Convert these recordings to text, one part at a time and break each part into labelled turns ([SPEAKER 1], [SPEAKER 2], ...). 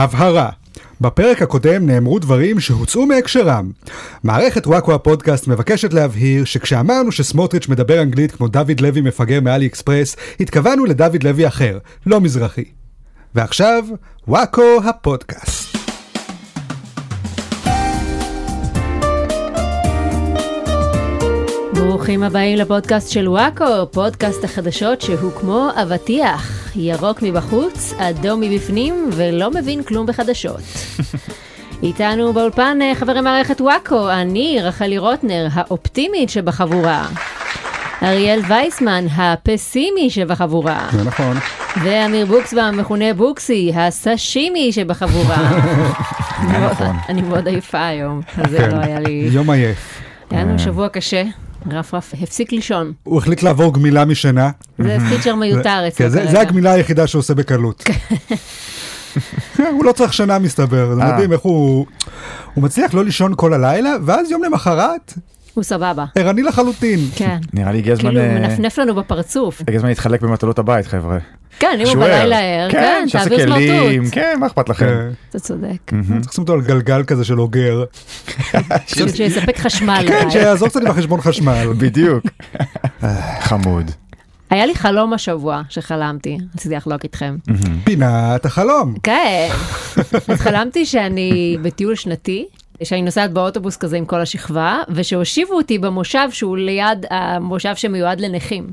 [SPEAKER 1] הבהרה בפרק הקודם נאמרו דברים שהוצאו מהקשרם. מערכת וואקו הפודקאסט מבקשת להבהיר שכשאמרנו שסמוטריץ' מדבר אנגלית כמו דוד לוי מפגר מאלי אקספרס, התכוונו לדוד לוי אחר, לא מזרחי. ועכשיו, וואקו הפודקאסט.
[SPEAKER 2] ברוכים הבאים לפודקאסט של וואקו, פודקאסט החדשות שהוא כמו אבטיח, ירוק מבחוץ, אדום מבפנים ולא מבין כלום בחדשות. איתנו באולפן אה, חברי מערכת וואקו, אני רחלי רוטנר, האופטימית שבחבורה. אריאל וייסמן, הפסימי שבחבורה.
[SPEAKER 1] זה נכון.
[SPEAKER 2] ואמיר בוקסבאום, המכונה בוקסי, הסשימי שבחבורה.
[SPEAKER 3] נכון.
[SPEAKER 2] אני מאוד עייפה היום, אז זה
[SPEAKER 1] כן.
[SPEAKER 2] לא היה לי...
[SPEAKER 1] יום עייף.
[SPEAKER 2] היה לנו שבוע קשה, רפרף הפסיק לישון.
[SPEAKER 1] הוא החליט לעבור גמילה משינה.
[SPEAKER 2] זה פיצ'ר מיותר אצלו
[SPEAKER 1] כן, זה-
[SPEAKER 2] כרגע.
[SPEAKER 1] זה הגמילה היחידה שהוא עושה בקלות. כן, הוא לא צריך שינה מסתבר, זה
[SPEAKER 3] אה.
[SPEAKER 1] מדהים איך הוא... הוא מצליח לא לישון כל הלילה, ואז יום למחרת,
[SPEAKER 2] הוא סבבה.
[SPEAKER 1] ערני לחלוטין.
[SPEAKER 2] כן.
[SPEAKER 3] נראה לי הגיע הזמן...
[SPEAKER 2] כאילו, הוא
[SPEAKER 3] אה,
[SPEAKER 2] מנפנף לנו בפרצוף.
[SPEAKER 3] הגיע הזמן להתחלק במטלות הבית, חבר'ה.
[SPEAKER 2] כן, אם הוא
[SPEAKER 3] שהוא ער.
[SPEAKER 2] בלילה ער, כן,
[SPEAKER 3] שיעשה
[SPEAKER 2] תעביר
[SPEAKER 3] כלים,
[SPEAKER 2] סמרטוט.
[SPEAKER 3] כן, מה אכפת לכם?
[SPEAKER 1] כן.
[SPEAKER 2] אתה צודק.
[SPEAKER 1] צריך לשים אותו על גלגל כזה של אוגר.
[SPEAKER 2] פשוט כאילו, שיספק חשמל.
[SPEAKER 1] כן,
[SPEAKER 2] אולי.
[SPEAKER 1] שיעזור קצת עם החשבון חשמל.
[SPEAKER 3] בדיוק. חמוד.
[SPEAKER 2] היה לי חלום השבוע שחלמתי, רציתי לחלוק איתכם.
[SPEAKER 1] פינת החלום.
[SPEAKER 2] כן. אז חלמתי שאני בטיול שנתי, שאני נוסעת באוטובוס כזה עם כל השכבה, ושהושיבו אותי במושב שהוא ליד המושב שמיועד לנכים.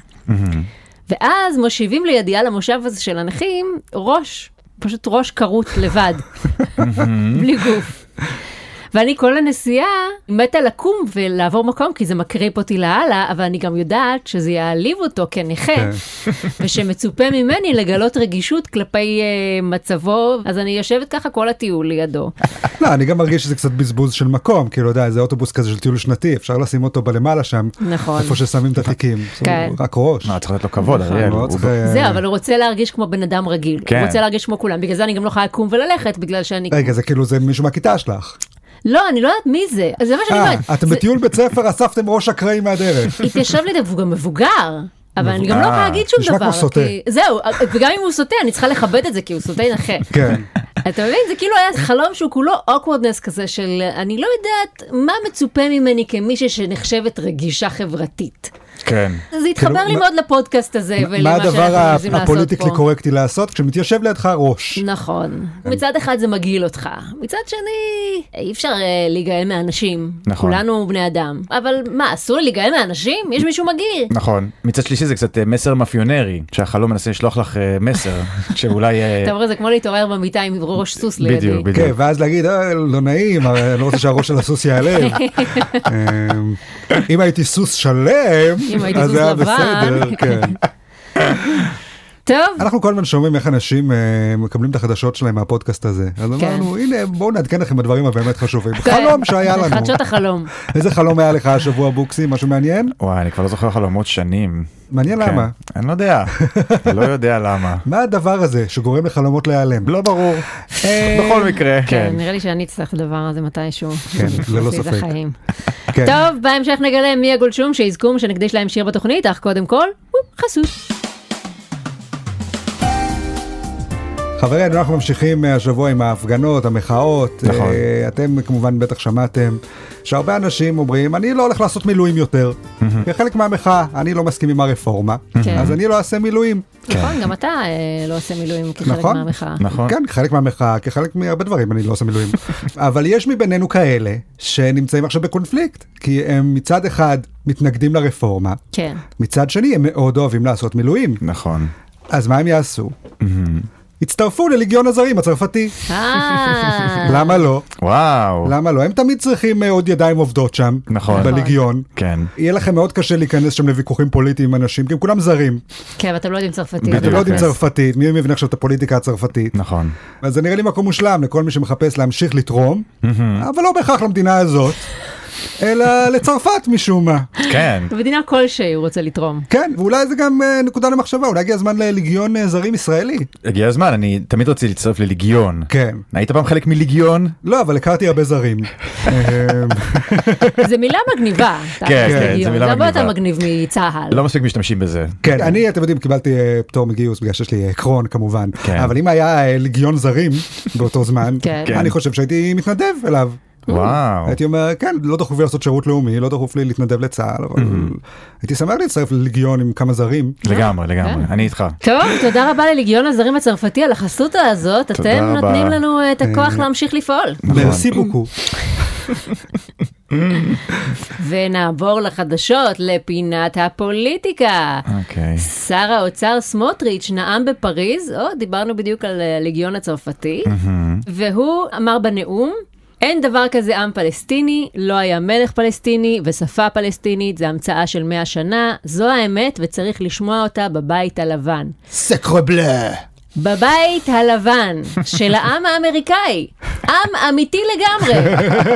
[SPEAKER 2] ואז מושיבים לידי על המושב הזה של הנכים ראש, פשוט ראש כרות לבד, בלי גוף. ואני כל הנסיעה מתה לקום ולעבור מקום, כי זה מקריפ אותי לאללה, אבל אני גם יודעת שזה יעליב אותו כנכה.
[SPEAKER 1] כן.
[SPEAKER 2] ושמצופה ממני לגלות רגישות כלפי uh, מצבו, אז אני יושבת ככה כל הטיול לידו.
[SPEAKER 1] לא, אני גם מרגיש שזה קצת בזבוז של מקום, כאילו, אתה יודע, זה אוטובוס כזה של טיול שנתי, אפשר לשים אותו בלמעלה שם,
[SPEAKER 2] נכון.
[SPEAKER 1] איפה ששמים את התיקים.
[SPEAKER 2] כן.
[SPEAKER 1] רק ראש.
[SPEAKER 3] מה, צריך לתת לו כבוד, אריאל.
[SPEAKER 1] לא
[SPEAKER 3] הוא-
[SPEAKER 1] צריך, אה,
[SPEAKER 2] זהו, אבל הוא רוצה להרגיש כמו בן אדם רגיל.
[SPEAKER 3] כן.
[SPEAKER 2] הוא רוצה להרגיש כמו כולם, בגלל זה אני גם לא יכולה לקום וללכת, בגלל שאני...
[SPEAKER 1] רגע, זה כאילו, זה מישהו מהכיתה שלך.
[SPEAKER 2] לא, אני לא יודעת מי זה. זה מה שאני
[SPEAKER 1] אה,
[SPEAKER 2] אומרת.
[SPEAKER 1] אתם
[SPEAKER 2] זה-
[SPEAKER 1] בטיול בית ספר, אספתם ראש אקראי מהדרך.
[SPEAKER 2] התיישב לידי, והוא גם מבוגר. אבל אני גם לא יכולה
[SPEAKER 3] אה,
[SPEAKER 2] להגיד שום דבר.
[SPEAKER 1] נשמע כמו
[SPEAKER 2] כי-
[SPEAKER 1] סוטה.
[SPEAKER 2] זהו, וגם אם הוא סוטה, אני צריכה לכבד את זה, כי הוא סוטה נכה.
[SPEAKER 1] כן.
[SPEAKER 2] אתה מבין? זה כאילו היה חלום שהוא כולו awkwardness כזה של אני לא יודעת מה מצופה ממני כמישהי שנחשבת רגישה חברתית.
[SPEAKER 3] כן.
[SPEAKER 2] זה התחבר לי
[SPEAKER 1] כאילו, מה-
[SPEAKER 2] מאוד לפודקאסט הזה
[SPEAKER 1] מה
[SPEAKER 2] ולמה
[SPEAKER 1] הדבר
[SPEAKER 2] שאנחנו מנסים
[SPEAKER 1] ה-
[SPEAKER 2] לעשות
[SPEAKER 1] הפוליטיקלי
[SPEAKER 2] פה.
[SPEAKER 1] קורקטי לעשות? כשמתיישב לידך ראש.
[SPEAKER 2] נכון.
[SPEAKER 1] כן.
[SPEAKER 2] מצד אחד זה מגעיל אותך, מצד שני אי אפשר אה, להיגאל מאנשים.
[SPEAKER 3] נכון.
[SPEAKER 2] כולנו בני אדם. אבל מה, אסור לי להיגאל מאנשים? יש מישהו מגעיל.
[SPEAKER 3] נכון. מצד שלישי זה קצת אה, מסר מאפיונרי, שהחלום מנסה לשלוח לך אה, מסר, שאולי... אה,
[SPEAKER 2] אתה אומר, זה כמו להתעורר במיטה עם ראש סוס לידי.
[SPEAKER 3] בדיוק,
[SPEAKER 1] כן,
[SPEAKER 3] בדיוק.
[SPEAKER 1] ואז להגיד, "אה, לא נעים, אה, אני לא רוצה שהראש של הסוס ייעלם. אמ, אם הייתי סוס שלם,
[SPEAKER 2] אם הייתי
[SPEAKER 1] אז
[SPEAKER 2] סוס
[SPEAKER 1] זה היה
[SPEAKER 2] לבן.
[SPEAKER 1] בסדר. כן.
[SPEAKER 2] טוב,
[SPEAKER 1] אנחנו כל הזמן שומעים איך אנשים אה, מקבלים את החדשות שלהם מהפודקאסט הזה. אז
[SPEAKER 2] כן.
[SPEAKER 1] אמרנו, הנה, בואו נעדכן לכם בדברים הבאמת חשובים.
[SPEAKER 2] כן.
[SPEAKER 1] חלום שהיה לנו. כן.
[SPEAKER 2] חדשות החלום.
[SPEAKER 1] איזה חלום היה לך השבוע, בוקסי? משהו מעניין?
[SPEAKER 3] וואי, אני כבר לא זוכר חלומות שנים.
[SPEAKER 1] מעניין
[SPEAKER 3] כן.
[SPEAKER 1] למה.
[SPEAKER 3] אני לא יודע. לא יודע למה.
[SPEAKER 1] מה הדבר הזה שגורם לחלומות להיעלם?
[SPEAKER 3] לא ברור.
[SPEAKER 1] אה.
[SPEAKER 3] בכל מקרה.
[SPEAKER 2] כן, נראה לי שאני אצטרך את הדבר הזה מתישהו.
[SPEAKER 1] כן, ללא
[SPEAKER 2] בשביל
[SPEAKER 1] ספק.
[SPEAKER 2] החיים.
[SPEAKER 1] כן.
[SPEAKER 2] טוב, בהמשך נגלה מי הגולשום שיזכום שנקדיש להם שיר בתוכנית, אך קודם כל, הוא חסות.
[SPEAKER 1] חברים, אנחנו ממשיכים אה, השבוע עם ההפגנות, המחאות.
[SPEAKER 3] נכון.
[SPEAKER 1] אה, אתם כמובן בטח שמעתם שהרבה אנשים אומרים, אני לא הולך לעשות מילואים יותר. כחלק מהמחאה, אני לא מסכים עם הרפורמה,
[SPEAKER 2] כן.
[SPEAKER 1] אז אני לא אעשה מילואים.
[SPEAKER 2] נכון, גם אתה אה, לא עושה מילואים כחלק
[SPEAKER 1] נכון.
[SPEAKER 2] מהמחאה.
[SPEAKER 3] כן. נכון.
[SPEAKER 1] כן, כחלק מהמחאה, כחלק מהרבה דברים, אני לא עושה מילואים. אבל יש מבינינו כאלה שנמצאים עכשיו בקונפליקט, כי הם מצד אחד מתנגדים לרפורמה,
[SPEAKER 2] כן.
[SPEAKER 1] מצד שני הם מאוד אוהבים לעשות מילואים.
[SPEAKER 3] נכון.
[SPEAKER 1] אז מה הם יעשו? הצטרפו לליגיון הזרים הצרפתי.
[SPEAKER 2] אה,
[SPEAKER 1] למה לא?
[SPEAKER 3] וואו.
[SPEAKER 1] למה לא? הם תמיד צריכים אה, עוד ידיים עובדות שם,
[SPEAKER 3] נכון.
[SPEAKER 1] בליגיון.
[SPEAKER 3] כן.
[SPEAKER 1] יהיה לכם מאוד קשה להיכנס שם לוויכוחים פוליטיים עם אנשים, כי הם כולם זרים.
[SPEAKER 2] כן, ואתם לא יודעים צרפתית.
[SPEAKER 3] בדיוק.
[SPEAKER 1] אתם לא יודעים
[SPEAKER 3] כן.
[SPEAKER 1] צרפתית, מי מבין עכשיו את הפוליטיקה הצרפתית.
[SPEAKER 3] נכון.
[SPEAKER 1] אז זה נראה לי מקום מושלם לכל מי שמחפש להמשיך לתרום, אבל לא בהכרח למדינה הזאת. אלא לצרפת משום מה.
[SPEAKER 3] כן.
[SPEAKER 2] במדינה כלשהי הוא רוצה לתרום.
[SPEAKER 1] כן, ואולי זה גם אה, נקודה למחשבה, אולי הגיע הזמן ללגיון אה, זרים ישראלי.
[SPEAKER 3] הגיע הזמן, אני תמיד רציתי להצטרף לליגיון.
[SPEAKER 1] כן.
[SPEAKER 3] היית פעם חלק מליגיון?
[SPEAKER 1] לא, אבל הכרתי הרבה זרים. אה,
[SPEAKER 2] זו מילה מגניבה.
[SPEAKER 3] כן,
[SPEAKER 1] כן,
[SPEAKER 3] זו מילה
[SPEAKER 2] זה הרבה
[SPEAKER 3] מגניבה.
[SPEAKER 2] יותר מגניב מצה"ל.
[SPEAKER 3] לא מספיק משתמשים בזה.
[SPEAKER 1] כן, אני, אתם יודעים, קיבלתי אה, פטור מגיוס בגלל שיש לי אה, קרון כמובן,
[SPEAKER 3] כן.
[SPEAKER 1] אבל אם היה אה, לגיון זרים באותו זמן,
[SPEAKER 2] כן. כן.
[SPEAKER 1] אני חושב שהייתי מתנדב אליו.
[SPEAKER 3] וואו.
[SPEAKER 1] הייתי אומר, כן, לא דחוף לי לעשות שירות לאומי, לא דחוף לי להתנדב לצה"ל, אבל הייתי שמח להצטרף ללגיון עם כמה זרים.
[SPEAKER 3] לגמרי, לגמרי.
[SPEAKER 2] כן.
[SPEAKER 3] אני איתך.
[SPEAKER 2] טוב, תודה רבה ללגיון הזרים הצרפתי על החסות הזאת.
[SPEAKER 3] תודה
[SPEAKER 2] אתם
[SPEAKER 3] רבה.
[SPEAKER 2] נותנים לנו אה, את הכוח להמשיך לפעול.
[SPEAKER 1] מרסי בוקו.
[SPEAKER 3] אה.
[SPEAKER 2] ונעבור לחדשות, לפינת הפוליטיקה.
[SPEAKER 3] אוקיי.
[SPEAKER 2] שר האוצר סמוטריץ' נאם בפריז, או, דיברנו בדיוק על אה, הליגיון הצרפתי, והוא אמר בנאום, אין דבר כזה עם פלסטיני, לא היה מלך פלסטיני ושפה פלסטינית, זו המצאה של 100 שנה, זו האמת וצריך לשמוע אותה בבית הלבן.
[SPEAKER 1] סקרבלה.
[SPEAKER 2] בבית הלבן של העם האמריקאי, עם אמיתי לגמרי,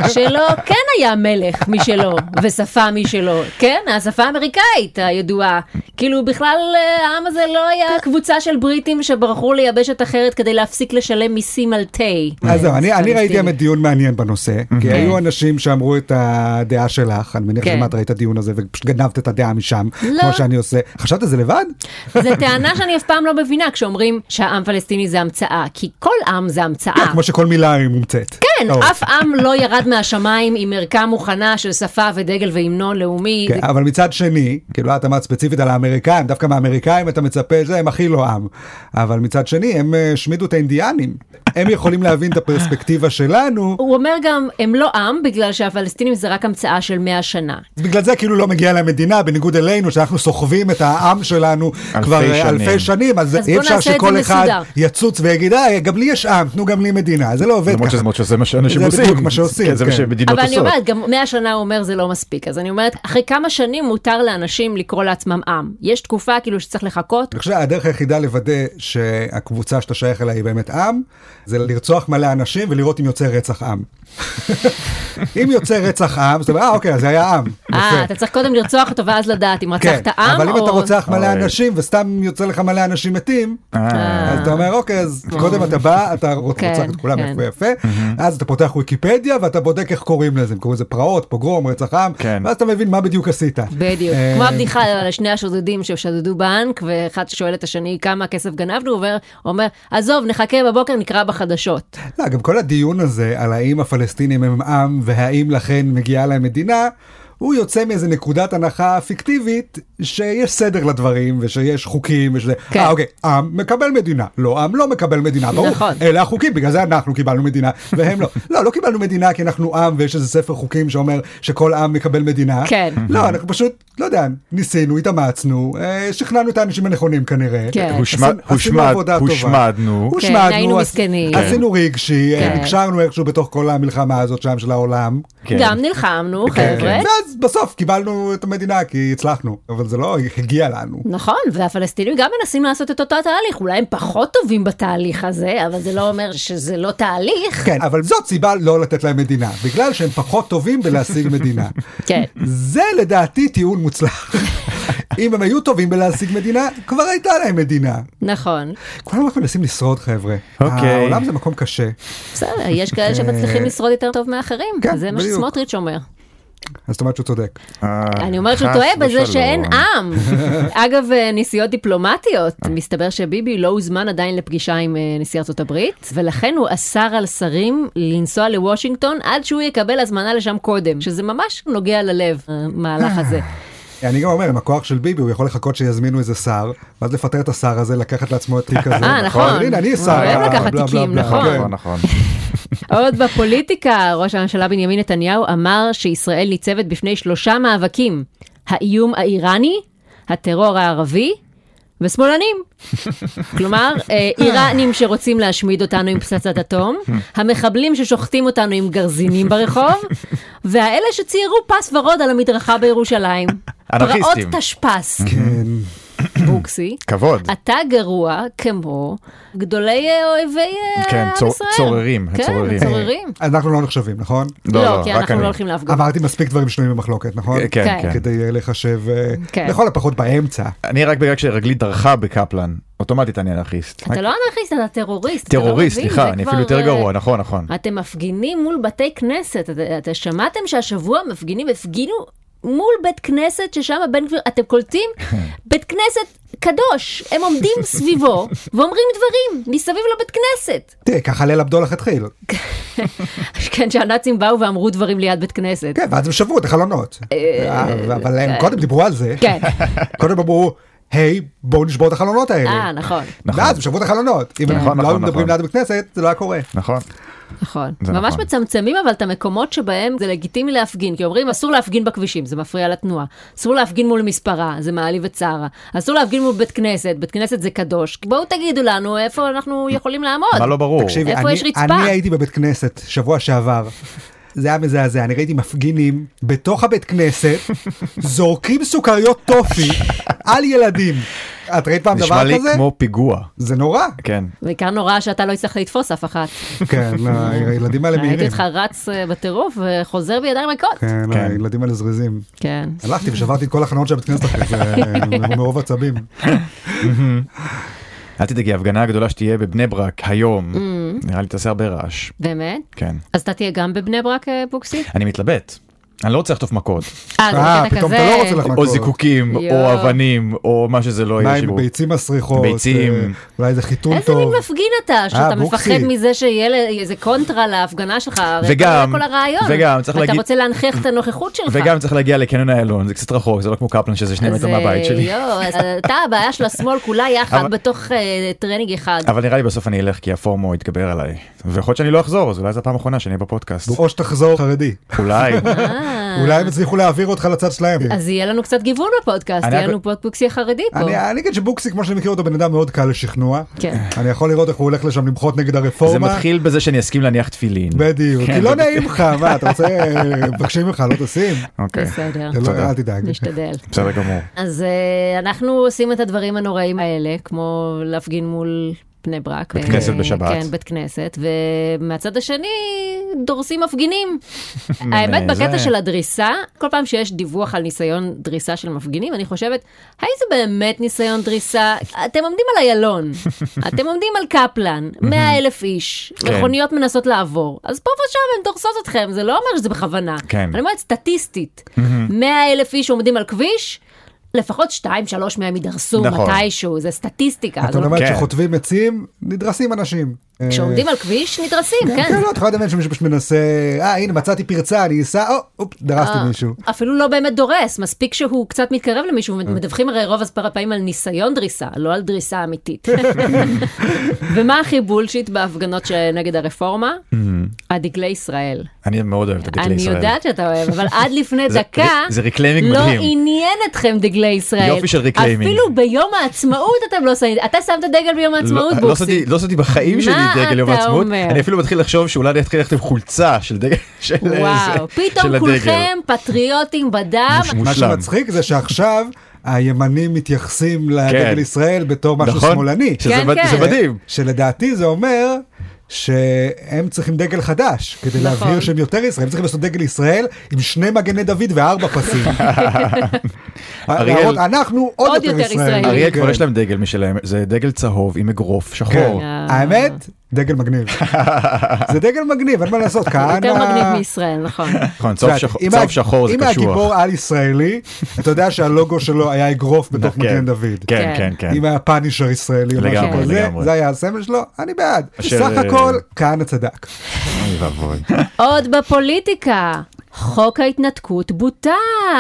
[SPEAKER 2] שלו כן היה מלך משלו ושפה משלו, כן, השפה האמריקאית הידועה. כאילו בכלל אה, העם הזה לא היה קבוצה של בריטים שברחו ליבשת אחרת כדי להפסיק לשלם מיסים על תה.
[SPEAKER 1] אז אה, זהו,
[SPEAKER 2] Mm-hmm.
[SPEAKER 1] אני- אני ראיתי
[SPEAKER 2] פלסטיני.
[SPEAKER 1] באמת דיון מעניין בנושא, כי היו אנשים שאמרו את הדעה שלך, אני מניח
[SPEAKER 2] כן.
[SPEAKER 1] שגם את ראית את הדיון הזה ופשוט גנבת את הדעה משם,
[SPEAKER 2] לא.
[SPEAKER 1] כמו שאני עושה. חשבת על זה לבד?
[SPEAKER 2] זו טענה שאני אף פעם לא מבינה כשאומרים שהעם פלסטיני זה המצאה, כי כל עם זה המצאה.
[SPEAKER 1] לא, כמו שכל מילה היא מומצאת.
[SPEAKER 2] אה. כן,
[SPEAKER 1] או.
[SPEAKER 2] אף עם לא ירד מהשמיים עם ערכה מוכנה של שפה ודגל והמנון לאומי.
[SPEAKER 1] כן, אבל מצד שני, כאילו את אמרת ספציפית על האמריקאים, דווקא מהאמריקאים אתה מצפה, זה הם הכי לא עם. אבל מצד שני, הם אה, השמידו את האינדיאנים. הם יכולים להבין את הפרספקטיבה שלנו,
[SPEAKER 2] הוא אומר גם, הם לא עם בגלל שהפלסטינים זה רק המצאה של 100 שנה.
[SPEAKER 1] אז בגלל זה כאילו לא מגיעה למדינה, בניגוד אלינו, שאנחנו סוחבים את העם שלנו כבר אה,
[SPEAKER 3] שנים.
[SPEAKER 1] אלפי שנים, אז
[SPEAKER 2] אז
[SPEAKER 1] אי
[SPEAKER 2] בוא
[SPEAKER 1] אפשר
[SPEAKER 2] נעשה את
[SPEAKER 1] שכל
[SPEAKER 2] זה
[SPEAKER 1] אחד
[SPEAKER 2] מסודר.
[SPEAKER 1] יצוץ ויגיד, אה, גם לי יש עם, תנו גם לי מדינה, זה לא עובד
[SPEAKER 3] למרות
[SPEAKER 1] ככה.
[SPEAKER 3] שזה- למרות שזה מה שאנשים
[SPEAKER 1] זה
[SPEAKER 3] עושים.
[SPEAKER 1] בדיוק מה שעושים,
[SPEAKER 3] כן, זה מה
[SPEAKER 1] כן.
[SPEAKER 3] שמדינות
[SPEAKER 2] אבל אני
[SPEAKER 3] עושות.
[SPEAKER 2] אומרת, גם 100 שנה הוא אומר זה לא מספיק. אז אני אומרת, אחרי כמה שנים מותר לאנשים לקרוא לעצמם עם. יש תקופה כאילו שצריך לחכות.
[SPEAKER 1] אני חושב שהדרך היחידה לוודא שהקבוצה שאתה שייך אליה היא באמת עם, זה לרצוח מלא אנשים ולראות אם יוצא רצח עם. אם יוצא רצח עם, אז אתה אומר, אה, אוקיי, אז זה היה עם.
[SPEAKER 2] אה,
[SPEAKER 1] יפה.
[SPEAKER 2] אתה צריך קודם לרצוח אותו ואז לדעת אם
[SPEAKER 1] כן,
[SPEAKER 2] רצחת עם
[SPEAKER 1] אבל אם
[SPEAKER 2] או...
[SPEAKER 1] אתה רוצח מלא
[SPEAKER 3] אוי.
[SPEAKER 1] אנשים וסתם יוצא לך מלא אנשים מתים,
[SPEAKER 3] אה,
[SPEAKER 1] אז אתה אומר, אוקיי, אז קודם אתה בא, אתה רוצ-
[SPEAKER 2] כן,
[SPEAKER 1] רוצח את כולם
[SPEAKER 2] כן.
[SPEAKER 1] יפה יפה, אז אתה פותח ויקיפדיה ואתה בודק איך קוראים לזה, אם קוראים לזה פרעות, פוגרום, רצח עם,
[SPEAKER 3] כן.
[SPEAKER 1] ואז אתה מבין מה בדיוק עשית.
[SPEAKER 2] בדיוק,
[SPEAKER 1] אה,
[SPEAKER 2] כמו הבדיחה על שני השודדים ששדדו בנק, ואחד ששואל את השני כמה כסף גנבנו, הוא אומר- אומר, עזוב, נחכה בבוקר, נקרא בחדשות.
[SPEAKER 1] לא, גם כל הדיון הזה על האם הפלסטינים הם עם והאם לכן מגיעה להם מדינה, הוא יוצא מאיזה נקודת הנחה פיקטיבית שיש סדר לדברים ושיש חוקים ושזה,
[SPEAKER 2] כן.
[SPEAKER 1] אה אוקיי, עם מקבל מדינה, לא עם לא מקבל מדינה, ברור,
[SPEAKER 2] נכון.
[SPEAKER 1] אלה החוקים, בגלל זה אנחנו קיבלנו מדינה והם לא. לא, לא קיבלנו מדינה כי אנחנו עם ויש איזה ספר חוקים שאומר שכל עם מקבל מדינה.
[SPEAKER 2] כן.
[SPEAKER 1] לא, אנחנו פשוט, לא יודע, ניסינו, התאמצנו, אה, שכנענו את האנשים הנכונים כנראה.
[SPEAKER 2] כן.
[SPEAKER 3] הושמד-
[SPEAKER 1] עשינו- עשינו
[SPEAKER 3] הושמד-
[SPEAKER 1] עבודה טובה.
[SPEAKER 3] הושמדנו.
[SPEAKER 2] כן,
[SPEAKER 1] הושמדנו,
[SPEAKER 2] היינו
[SPEAKER 1] עש-
[SPEAKER 2] מסכנים.
[SPEAKER 1] עשינו רגשי,
[SPEAKER 2] כן.
[SPEAKER 1] אה, נקשרנו איכשהו בתוך כל המלחמה הזאת שם של העולם.
[SPEAKER 3] כן.
[SPEAKER 2] גם נלחמנו,
[SPEAKER 3] כן.
[SPEAKER 2] חבר'ה.
[SPEAKER 1] ואז בסוף קיבלנו את המדינה כי הצלחנו, אבל זה לא הגיע לנו.
[SPEAKER 2] נכון, והפלסטינים גם מנסים לעשות את אותו התהליך, אולי הם פחות טובים בתהליך הזה, אבל זה לא אומר שזה לא תהליך.
[SPEAKER 1] כן, אבל זאת סיבה לא לתת להם מדינה, בגלל שהם פחות טובים בלהשיג מדינה.
[SPEAKER 2] כן.
[SPEAKER 1] זה לדעתי טיעון מוצלח. אם הם היו טובים בלהשיג מדינה, כבר הייתה להם מדינה.
[SPEAKER 2] נכון,
[SPEAKER 1] כולם רק מנסים לשרוד חבר'ה.
[SPEAKER 3] אוקיי.
[SPEAKER 1] העולם זה מקום קשה.
[SPEAKER 2] בסדר, יש כאלה שמצליחים לשרוד יותר טוב מאחרים,
[SPEAKER 1] כן,
[SPEAKER 2] זה מה
[SPEAKER 1] בדיוק.
[SPEAKER 2] שסמוטריץ' אומר.
[SPEAKER 1] אז זאת אומרת שהוא צודק.
[SPEAKER 3] אה,
[SPEAKER 2] אני אומרת שהוא
[SPEAKER 3] חס
[SPEAKER 2] טועה בזה
[SPEAKER 3] ושלום.
[SPEAKER 2] שאין עם. אגב, אה, נסיעות דיפלומטיות, מסתבר שביבי לא הוזמן עדיין לפגישה עם אה, נשיא ארצות הברית, ולכן הוא אסר על שרים לנסוע לוושינגטון עד שהוא יקבל הזמנה לשם קודם, שזה ממש נוגע ללב, אה, המהלך הזה.
[SPEAKER 1] אני גם אומר, עם הכוח של ביבי, הוא יכול לחכות שיזמינו איזה שר, ואז לפטר את השר הזה, לקחת לעצמו את תיק הזה.
[SPEAKER 2] אה, נכון.
[SPEAKER 1] הנה, אני שר.
[SPEAKER 2] הוא אוהב
[SPEAKER 1] ה-
[SPEAKER 2] לקחת
[SPEAKER 1] בלה, בלה,
[SPEAKER 2] תיקים,
[SPEAKER 1] בלה.
[SPEAKER 2] נכון.
[SPEAKER 1] כן.
[SPEAKER 3] נכון, נכון.
[SPEAKER 2] עוד בפוליטיקה, ראש הממשלה בנימין נתניהו אמר שישראל ניצבת בפני שלושה מאבקים, האיום האיראני, הטרור הערבי ושמאלנים. כלומר, אה, איראנים שרוצים להשמיד אותנו עם פצצת אטום, המחבלים ששוחטים אותנו עם גרזינים ברחוב, והאלה שציירו פס ורוד על המדרכה בירושלים.
[SPEAKER 3] אנרכיסטים. נכון.
[SPEAKER 2] פרעות תשפ"ס.
[SPEAKER 1] כן.
[SPEAKER 2] והוא בוקסי,
[SPEAKER 3] כבוד.
[SPEAKER 2] אתה גרוע כמו גדולי אה, אויבי אה,
[SPEAKER 3] כן,
[SPEAKER 2] עם
[SPEAKER 3] צור-
[SPEAKER 2] ישראל.
[SPEAKER 3] צוררים, הצוררים.
[SPEAKER 2] כן, הצוררים.
[SPEAKER 1] אנחנו לא נחשבים, נכון?
[SPEAKER 2] לא, כי
[SPEAKER 3] רק
[SPEAKER 2] אנחנו
[SPEAKER 3] אני.
[SPEAKER 2] לא הולכים להפגנות.
[SPEAKER 1] אמרתי מספיק דברים שנויים במחלוקת, נכון?
[SPEAKER 3] כן, כן.
[SPEAKER 2] כן.
[SPEAKER 1] כדי אה, לחשב, אה,
[SPEAKER 2] כן.
[SPEAKER 1] לכל הפחות באמצע.
[SPEAKER 3] אני רק בגלל שרגלי דרכה בקפלן, אוטומטית אני אנרכיסט. רק-
[SPEAKER 2] אתה לא אנרכיסט, אתה טרוריסט. אתה לא
[SPEAKER 3] טרוריסט,
[SPEAKER 2] מבין,
[SPEAKER 3] סליחה,
[SPEAKER 2] זה
[SPEAKER 3] אני
[SPEAKER 2] כבר,
[SPEAKER 3] אפילו יותר
[SPEAKER 2] אה,
[SPEAKER 3] גרוע, נכון, נכון.
[SPEAKER 2] אתם מפגינים מול בתי כנסת, אתם את שמעתם שהשבוע מפגינים, הפגינו מול בית כנסת ששם בן גביר, אתם קולטים? בית כנסת קדוש, הם עומדים סביבו ואומרים דברים מסביב לבית כנסת.
[SPEAKER 1] תראה, ככה ליל הבדולח התחיל.
[SPEAKER 2] כן, שהנאצים באו ואמרו דברים ליד בית כנסת.
[SPEAKER 1] כן, ואז הם שברו את החלונות. אה, אבל הם קודם דיברו על זה.
[SPEAKER 2] כן.
[SPEAKER 1] קודם אמרו, היי, בואו נשבור את החלונות
[SPEAKER 2] אה,
[SPEAKER 1] האלה.
[SPEAKER 2] נכון,
[SPEAKER 3] נכון.
[SPEAKER 1] ואז הם שברו את החלונות. אם
[SPEAKER 3] נכון,
[SPEAKER 1] הם לא היו
[SPEAKER 3] נכון,
[SPEAKER 1] מדברים
[SPEAKER 3] נכון.
[SPEAKER 1] ליד בכנסת, זה לא היה קורה.
[SPEAKER 3] נכון.
[SPEAKER 2] נכון.
[SPEAKER 3] זה
[SPEAKER 2] ממש
[SPEAKER 3] נכון.
[SPEAKER 2] מצמצמים אבל את המקומות שבהם זה לגיטימי להפגין, כי אומרים אסור להפגין בכבישים, זה מפריע לתנועה. אסור להפגין מול מספרה, זה מעליב את שרה. אסור להפגין מול בית כנסת, בית כנסת זה קדוש. בואו תגידו לנו איפה אנחנו יכולים לעמוד.
[SPEAKER 3] מה לא ברור?
[SPEAKER 1] תקשיבי,
[SPEAKER 2] איפה
[SPEAKER 1] אני-
[SPEAKER 2] יש רצפה?
[SPEAKER 1] אני הייתי בבית כנסת שבוע שעבר. זה היה מזעזע, אני ראיתי מפגינים בתוך הבית כנסת, זורקים סוכריות טופי על ילדים. את ראית פעם
[SPEAKER 3] נשמע
[SPEAKER 1] דבר
[SPEAKER 3] לי
[SPEAKER 1] כזה?
[SPEAKER 3] כמו פיגוע.
[SPEAKER 1] זה נורא.
[SPEAKER 3] כן.
[SPEAKER 2] בעיקר נורא שאתה לא הצלחת לתפוס אף אחת.
[SPEAKER 1] כן, הילדים האלה
[SPEAKER 2] ראיתי
[SPEAKER 1] מהירים.
[SPEAKER 2] אותך רץ אה, בטירוף וחוזר בידיים ריקות.
[SPEAKER 1] כן,
[SPEAKER 3] כן.
[SPEAKER 1] הילדים האלה זריזים.
[SPEAKER 2] כן.
[SPEAKER 1] הלכתי ושברתי את כל החנות של הבית כנסת אחרי זה, אה, מרוב עצבים.
[SPEAKER 3] אל תדאגי, ההפגנה הגדולה שתהיה בבני ברק היום,
[SPEAKER 2] Mm.
[SPEAKER 3] נראה לי תעשה הרבה רעש.
[SPEAKER 2] באמת?
[SPEAKER 3] כן.
[SPEAKER 2] אז אתה תהיה גם בבני ברק אה, בוקסי?
[SPEAKER 3] אני מתלבט. אני לא רוצה לחטוף מכות,
[SPEAKER 2] אה, זה
[SPEAKER 1] אה,
[SPEAKER 2] בקטע
[SPEAKER 1] פתאום
[SPEAKER 2] כזה.
[SPEAKER 1] אתה לא רוצה לחמקות.
[SPEAKER 3] או זיקוקים,
[SPEAKER 2] יואו.
[SPEAKER 3] או אבנים, או מה שזה לא
[SPEAKER 1] מה
[SPEAKER 3] יהיה
[SPEAKER 1] עם
[SPEAKER 3] שיבוב.
[SPEAKER 1] ביצים מסריחות?
[SPEAKER 3] ביצים.
[SPEAKER 1] אה, אולי איזה חיתון
[SPEAKER 3] אוקיי.
[SPEAKER 2] איזה מין
[SPEAKER 1] טוב.
[SPEAKER 2] מפגין
[SPEAKER 3] אה,
[SPEAKER 2] אתה, שאתה
[SPEAKER 1] בוקסי.
[SPEAKER 2] מפחד מזה שיהיה ל- איזה קונטרה להפגנה שלך, הרי
[SPEAKER 3] וגם-
[SPEAKER 2] זה כל הרעיון.
[SPEAKER 3] וגם, צריך
[SPEAKER 2] אתה
[SPEAKER 3] להגיד-
[SPEAKER 2] רוצה להנכיח את הנוכחות שלך.
[SPEAKER 3] וגם צריך להגיע לקניון איילון, זה קצת רחוק, זה לא כמו קפלן שזה שני
[SPEAKER 2] אז, אה,
[SPEAKER 3] מטר מהבית שלי.
[SPEAKER 2] יואו, אז אה, אתה הבעיה של השמאל כולה יחד
[SPEAKER 3] אבל-
[SPEAKER 2] בתוך אה, טרנינג אחד.
[SPEAKER 3] אבל נראה לי בסוף אני אלך כי הפורמו יתגבר עליי. ויכול להיות שאני לא אחזור, אז אולי זו הפעם האחרונה שאני אהיה בפודקאסט.
[SPEAKER 1] או שתחזור חרדי.
[SPEAKER 3] אולי.
[SPEAKER 2] אה,
[SPEAKER 1] אולי הם יצליחו להעביר אותך לצד שלהם.
[SPEAKER 2] אז יהיה לנו קצת גיוון בפודקאסט,
[SPEAKER 3] אני אה,
[SPEAKER 2] יהיה
[SPEAKER 3] רק-
[SPEAKER 2] לנו פודקאסט חרדי פה.
[SPEAKER 1] אני אני אגיד שבוקסי, כמו שאני מכיר אותו, בן אדם מאוד קל לשכנוע.
[SPEAKER 2] כן.
[SPEAKER 1] אני יכול לראות איך הוא הולך לשם למחות נגד
[SPEAKER 3] זה
[SPEAKER 1] הרפורמה.
[SPEAKER 3] מתחיל בזה שאני אסכים להניח תפילין.
[SPEAKER 1] בדיוק.
[SPEAKER 3] כן,
[SPEAKER 1] כי לא
[SPEAKER 3] זה-
[SPEAKER 1] נעים לך, מה, אתה רוצה, אה, מבקשים ממך, לא תשים?
[SPEAKER 3] אוקיי,
[SPEAKER 2] בסדר,
[SPEAKER 1] זה לא-
[SPEAKER 3] תודה.
[SPEAKER 1] אל תדאג.
[SPEAKER 2] נשתדל.
[SPEAKER 3] בסדר גמור.
[SPEAKER 2] אז אה, אנחנו עושים את הדברים הנוראים האלה, כמו להפגין מול בני ברק.
[SPEAKER 3] בית כנסת
[SPEAKER 2] אה,
[SPEAKER 3] בשבת.
[SPEAKER 2] כן, בית כנסת, ומהצד השני דורסים מפגינים. האמת,
[SPEAKER 3] זה-
[SPEAKER 2] בקטע של הדריסה, כל פעם שיש דיווח על ניסיון דריסה של מפגינים, אני חושבת, האם זה באמת ניסיון דריסה? אתם עומדים על איילון, אתם עומדים על קפלן, 100 אלף איש,
[SPEAKER 3] כן.
[SPEAKER 2] מכוניות מנסות לעבור, אז פה ושם הן דורסות אתכם, זה לא אומר שזה בכוונה.
[SPEAKER 3] כן.
[SPEAKER 2] אני אומרת, סטטיסטית, 100 אלף איש עומדים על כביש, לפחות 2-3 מהם יידרסו
[SPEAKER 3] נכון.
[SPEAKER 2] מתישהו, זה סטטיסטיקה.
[SPEAKER 1] אתה
[SPEAKER 2] זה לא-
[SPEAKER 1] אומר,
[SPEAKER 3] כן.
[SPEAKER 1] כשחוטבים עצים, נדרסים אנשים. אה,
[SPEAKER 2] כשעומדים על כביש, נדרסים, כן.
[SPEAKER 1] כן, לא, אתה יכול לדמיין שמישהו פשוט מנסה, אה, הנה, מצאתי פרצה, אני אסע, או, אופ, דרסתי
[SPEAKER 2] אה,
[SPEAKER 1] מישהו.
[SPEAKER 2] אפילו לא באמת דורס, מספיק שהוא קצת מתקרב למישהו, מדווחים הרי רוב הספר הפעמים על ניסיון דריסה, לא על דריסה אמיתית. ומה הכי בולשיט בהפגנות נגד הרפורמה? הדגלי ישראל.
[SPEAKER 3] אני מאוד אוהב את הדגלי
[SPEAKER 2] אני
[SPEAKER 3] ישראל.
[SPEAKER 2] יודעת שאתה אוהב, אבל עד לפני
[SPEAKER 3] זה-
[SPEAKER 2] דקה,
[SPEAKER 3] זה- זה reclaiming
[SPEAKER 2] לא
[SPEAKER 3] מדהים.
[SPEAKER 2] עניין אתכם דגלי ישראל.
[SPEAKER 3] יופי של reclaiming.
[SPEAKER 2] אפילו ביום העצמאות אתם לא שמים, אתה שמת דגל ביום העצמאות,
[SPEAKER 3] לא- לא
[SPEAKER 2] בוקסי.
[SPEAKER 3] שמתי- לא שמתי בחיים
[SPEAKER 2] מה
[SPEAKER 3] שלי דגל יום
[SPEAKER 2] אתה
[SPEAKER 3] העצמאות,
[SPEAKER 2] אומר?
[SPEAKER 3] אני אפילו מתחיל לחשוב שאולי אני אתחיל ללכת עם חולצה של דגל, של
[SPEAKER 2] וואו,
[SPEAKER 3] זה- של
[SPEAKER 2] פתאום
[SPEAKER 3] הדגל.
[SPEAKER 2] כולכם פטריוטים בדם,
[SPEAKER 1] מה
[SPEAKER 3] מושלם.
[SPEAKER 1] שמצחיק זה שעכשיו הימנים מתייחסים לדגל
[SPEAKER 3] כן.
[SPEAKER 1] ישראל בתור משהו
[SPEAKER 3] נכון?
[SPEAKER 1] שמאלני.
[SPEAKER 3] שזה
[SPEAKER 2] כן,
[SPEAKER 3] מד-
[SPEAKER 2] כן.
[SPEAKER 3] זה מדהים.
[SPEAKER 1] שלדעתי זה אומר שהם צריכים דגל חדש כדי
[SPEAKER 2] נכון.
[SPEAKER 1] להבהיר שהם יותר ישראל, הם צריכים לעשות דגל ישראל עם שני מגני דוד וארבע פסים. אה,
[SPEAKER 3] אריאל-
[SPEAKER 1] להראות, אנחנו עוד
[SPEAKER 2] עוד
[SPEAKER 1] יותר
[SPEAKER 2] יותר
[SPEAKER 1] ישראל.
[SPEAKER 2] ישראלים.
[SPEAKER 3] אריאל
[SPEAKER 1] כן.
[SPEAKER 3] כבר יש להם דגל משלהם, זה דגל צהוב עם אגרוף
[SPEAKER 1] כן.
[SPEAKER 3] שחור.
[SPEAKER 2] אה.
[SPEAKER 1] האמת, דגל מגניב. זה דגל מגניב, אין מה לעשות, כהנא...
[SPEAKER 2] יותר מגניב מישראל, נכון.
[SPEAKER 3] נכון, צהוב
[SPEAKER 1] את יודעת,
[SPEAKER 3] שחור-
[SPEAKER 1] אם
[SPEAKER 3] צהוב
[SPEAKER 1] ה-
[SPEAKER 3] שחור זה
[SPEAKER 1] אם
[SPEAKER 3] קשוח. נכון.
[SPEAKER 1] הגיבור על ישראלי, אתה יודע שהלוגו שלו היה אגרוף בתוך
[SPEAKER 3] כן.
[SPEAKER 1] מגן דוד.
[SPEAKER 3] כן, כן, כן.
[SPEAKER 1] אם היה פאנישר ישראלי או משהו
[SPEAKER 3] לגמרי,
[SPEAKER 1] כזה,
[SPEAKER 3] לגמרי.
[SPEAKER 1] זה היה הסמל שלו, אני בעד.
[SPEAKER 3] אשר,
[SPEAKER 1] סך
[SPEAKER 3] אה,
[SPEAKER 1] הכל, כהנא צדק.
[SPEAKER 3] אוי ואבוי.
[SPEAKER 2] עוד בפוליטיקה. חוק ההתנתקות בוטל.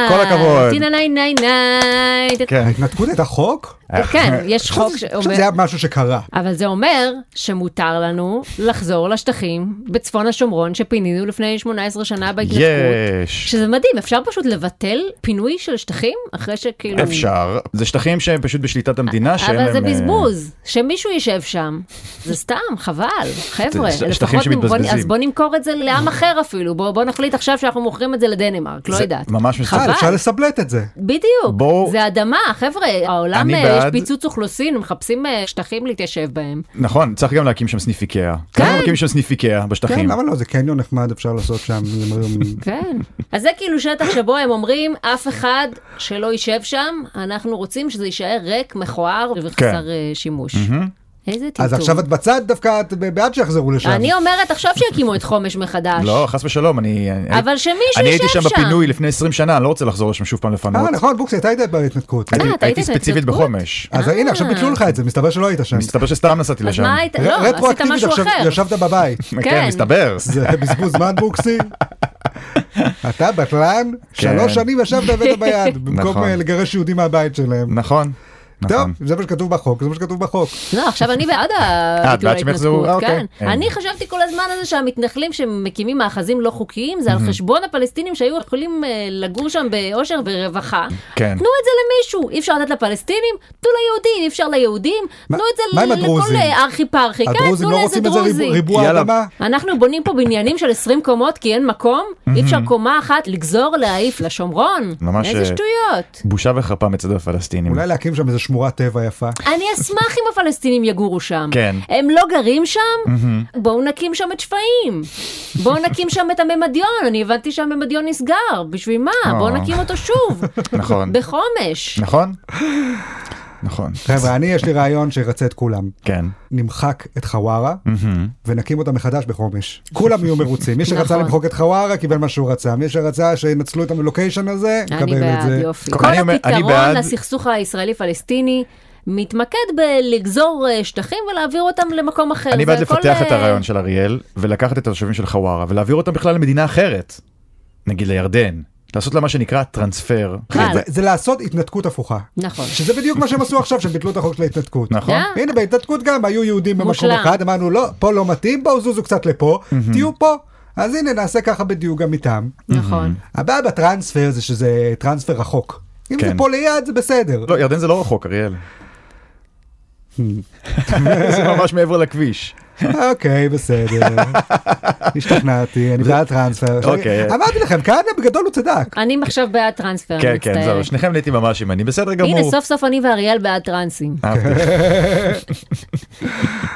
[SPEAKER 3] כל הכבוד.
[SPEAKER 2] טינה ניי ניי ניי.
[SPEAKER 3] כן.
[SPEAKER 1] ההתנתקות הייתה חוק?
[SPEAKER 2] כן, יש חוק
[SPEAKER 1] שזה-
[SPEAKER 2] שאומר...
[SPEAKER 1] שזה היה משהו שקרה.
[SPEAKER 2] אבל זה אומר שמותר לנו לחזור לשטחים בצפון השומרון שפינינו לפני 18 שנה בהתנתקות.
[SPEAKER 3] יש.
[SPEAKER 2] שזה מדהים, אפשר פשוט לבטל פינוי של שטחים אחרי שכאילו...
[SPEAKER 3] אפשר, זה שטחים שהם פשוט בשליטת המדינה, שהם...
[SPEAKER 2] אבל זה
[SPEAKER 3] הם, אה,
[SPEAKER 2] בזבוז, שמישהו יישב שם. זה סתם, חבל, חבר'ה.
[SPEAKER 3] שטחים
[SPEAKER 2] לפחות בוא-
[SPEAKER 3] שמתבזבזים.
[SPEAKER 2] אז בוא נמכור את זה לעם אחר אפילו, בוא בוא נחליט עכשיו שאנחנו אנחנו מוכרים את זה לדנמרק, לא
[SPEAKER 3] זה
[SPEAKER 2] יודעת.
[SPEAKER 3] ממש מסוכן.
[SPEAKER 2] חבל.
[SPEAKER 1] אה, אפשר לסבלט את זה.
[SPEAKER 2] בדיוק,
[SPEAKER 3] בואו-
[SPEAKER 2] זה אדמה, חבר'ה, העולם,
[SPEAKER 3] אני
[SPEAKER 2] אה, יש
[SPEAKER 3] בעד.
[SPEAKER 2] פיצוץ אוכלוסין, הם מחפשים אה, שטחים להתיישב בהם.
[SPEAKER 3] נכון, צריך גם להקים שם סניף איקאה.
[SPEAKER 2] כן.
[SPEAKER 3] למה מקים שם סניף איקאה
[SPEAKER 1] כן,
[SPEAKER 3] בשטחים?
[SPEAKER 1] למה לא? זה קניון נחמד, אפשר לעשות שם. זה מרים-
[SPEAKER 2] כן. אז זה כאילו שטח שבו הם אומרים, אף אחד שלא יישב שם, אנחנו רוצים שזה יישאר ריק, מכוער
[SPEAKER 3] כן.
[SPEAKER 2] וחסר אה, שימוש. איזה טמטום.
[SPEAKER 1] אז עכשיו את בצד דווקא, את בעד שיחזרו לשם.
[SPEAKER 2] אני אומרת עכשיו שיקימו את חומש מחדש.
[SPEAKER 3] לא, חס ושלום, אני... אני-
[SPEAKER 2] אבל שמישהו
[SPEAKER 3] אני הייתי
[SPEAKER 2] יישב שם.
[SPEAKER 3] שם בפינוי לפני 20 שנה, אני לא רוצה לחזור לשם שוב פעם לפנות.
[SPEAKER 1] אה, נכון, בוקסי, אתה היית בהתנתקות.
[SPEAKER 3] הייתי-
[SPEAKER 2] אה, אתה היית
[SPEAKER 3] הייתי ספציפית
[SPEAKER 2] בהתנתקות?
[SPEAKER 3] בחומש.
[SPEAKER 1] אז
[SPEAKER 2] אה.
[SPEAKER 1] הנה, עכשיו ביטלו לך את זה, מסתבר שלא היית שם.
[SPEAKER 3] מסתבר שסתם נסעתי
[SPEAKER 2] אז
[SPEAKER 3] לשם.
[SPEAKER 2] מה היית,
[SPEAKER 1] ר-
[SPEAKER 2] לא, עשית
[SPEAKER 1] רטרואקטיבית
[SPEAKER 2] משהו
[SPEAKER 1] עכשיו
[SPEAKER 2] אחר.
[SPEAKER 1] ישבת בבית.
[SPEAKER 2] כן.
[SPEAKER 3] כן, מסתבר.
[SPEAKER 1] זה בזבוז זמן בוקסי. אתה בטלן, שלוש שנים ישבת והבאת ביד, במקום
[SPEAKER 3] כן. נכון.
[SPEAKER 1] אה, לגרש יהודים מהבית שלהם.
[SPEAKER 3] נכון.
[SPEAKER 1] טוב,
[SPEAKER 3] נכון.
[SPEAKER 1] זה מה שכתוב בחוק, זה מה שכתוב בחוק.
[SPEAKER 2] לא, עכשיו אני בעד
[SPEAKER 3] בעד
[SPEAKER 2] הביטול
[SPEAKER 3] שהם יחזרו?
[SPEAKER 2] ההתנתקות,
[SPEAKER 3] אה,
[SPEAKER 2] כן.
[SPEAKER 3] אוקיי. אה.
[SPEAKER 2] אני חשבתי כל הזמן הזה שהמתנחלים שמקימים מאחזים לא חוקיים, זה על חשבון הפלסטינים שהיו יכולים אה, לגור שם באושר ורווחה.
[SPEAKER 3] כן.
[SPEAKER 2] תנו את זה למישהו, אי אפשר לתת לפלסטינים, תנו ליהודים, אי אפשר ליהודים,
[SPEAKER 1] מה-
[SPEAKER 2] תנו את זה
[SPEAKER 1] מה עם
[SPEAKER 2] ל-
[SPEAKER 1] הדרוזים?
[SPEAKER 2] לכל אה, ארכי פרחי, כן,
[SPEAKER 1] הדרוזים
[SPEAKER 2] תנו
[SPEAKER 1] לא
[SPEAKER 2] לאיזה
[SPEAKER 1] רוצים את זה
[SPEAKER 2] דרוזי.
[SPEAKER 1] ריבוע- ריבוע
[SPEAKER 3] יאללה.
[SPEAKER 1] אדמה?
[SPEAKER 2] אנחנו בונים פה בניינים של 20 קומות כי אין מקום, אי אפשר קומה אחת לגזור להעיף לשומרון.
[SPEAKER 3] ממש,
[SPEAKER 2] איזה
[SPEAKER 3] אה,
[SPEAKER 2] שטויות.
[SPEAKER 3] בושה וחרפה מצד הפלסטינים.
[SPEAKER 1] אולי לא- להקים שם איזה שמורת טבע יפה.
[SPEAKER 2] אני אשמח אם הפלסטינים יגורו שם.
[SPEAKER 3] כן.
[SPEAKER 2] הם לא גרים שם? בואו נקים שם את שפיים. בואו נקים שם את הממדיון, אני הבנתי שהממדיון נסגר, בשביל מה? בואו
[SPEAKER 3] אה.
[SPEAKER 2] נקים אותו שוב.
[SPEAKER 3] נכון.
[SPEAKER 2] בחומש.
[SPEAKER 3] נכון? נכון.
[SPEAKER 1] חבר'ה, אני יש לי רעיון שירצה את כולם.
[SPEAKER 3] כן.
[SPEAKER 1] נמחק את חווארה ונקים אותה מחדש בחומש. כולם יהיו מרוצים. מי שרצה
[SPEAKER 2] נכון.
[SPEAKER 1] למחוק את חווארה קיבל מה שהוא רצה. מי שרצה שינצלו את הלוקיישן הזה,
[SPEAKER 2] אני
[SPEAKER 1] יקבל את
[SPEAKER 2] בעד,
[SPEAKER 1] זה.
[SPEAKER 2] יופי.
[SPEAKER 3] אני
[SPEAKER 2] כל
[SPEAKER 3] אומר- אני
[SPEAKER 2] הפתרון
[SPEAKER 3] בעד-
[SPEAKER 2] לסכסוך הישראלי-פלסטיני מתמקד בלגזור אה, שטחים ולהעביר אותם למקום אחר.
[SPEAKER 3] אני
[SPEAKER 2] זה
[SPEAKER 3] בעד
[SPEAKER 2] הכל,
[SPEAKER 3] לפתח את
[SPEAKER 2] אה,
[SPEAKER 3] הרעיון של אריאל ולקחת את התושבים של חווארה ולהעביר אותם בכלל למדינה אחרת. נגיד לירדן. לעשות לה מה שנקרא טרנספר.
[SPEAKER 2] וואלה.
[SPEAKER 1] זה- זה לעשות התנתקות הפוכה.
[SPEAKER 2] נכון.
[SPEAKER 1] שזה בדיוק מה שהם עשו עכשיו, שהם ביטלו את החוק של ההתנתקות.
[SPEAKER 3] נכון.
[SPEAKER 2] אה.
[SPEAKER 1] הנה בהתנתקות גם היו יהודים במקום
[SPEAKER 2] מושלם.
[SPEAKER 1] אחד, אמרנו לא, פה לא מתאים, בואו זוזו קצת לפה, תהיו פה. אז הנה נעשה ככה בדיוק גם איתם.
[SPEAKER 2] נכון.
[SPEAKER 1] הבעיה בטרנספר זה שזה טרנספר רחוק. אם זה
[SPEAKER 3] כן.
[SPEAKER 1] פה ליד זה בסדר.
[SPEAKER 3] לא, ירדן זה לא רחוק, אריאל. זה ממש מעבר לכביש.
[SPEAKER 1] אוקיי, בסדר. השתכנעתי, אני בעד טרנספר. עכשיו,
[SPEAKER 3] אוקיי.
[SPEAKER 1] אמרתי לכם, כהנא בגדול הוא צדק.
[SPEAKER 2] אני עכשיו בעד טרנספר,
[SPEAKER 3] כן,
[SPEAKER 2] מצטערת.
[SPEAKER 3] כן, זהו, שניכם נהייתי ממש ימני, בסדר גמור.
[SPEAKER 2] הנה, סוף סוף אני ואריאל בעד טרנסים.
[SPEAKER 3] אהבתי.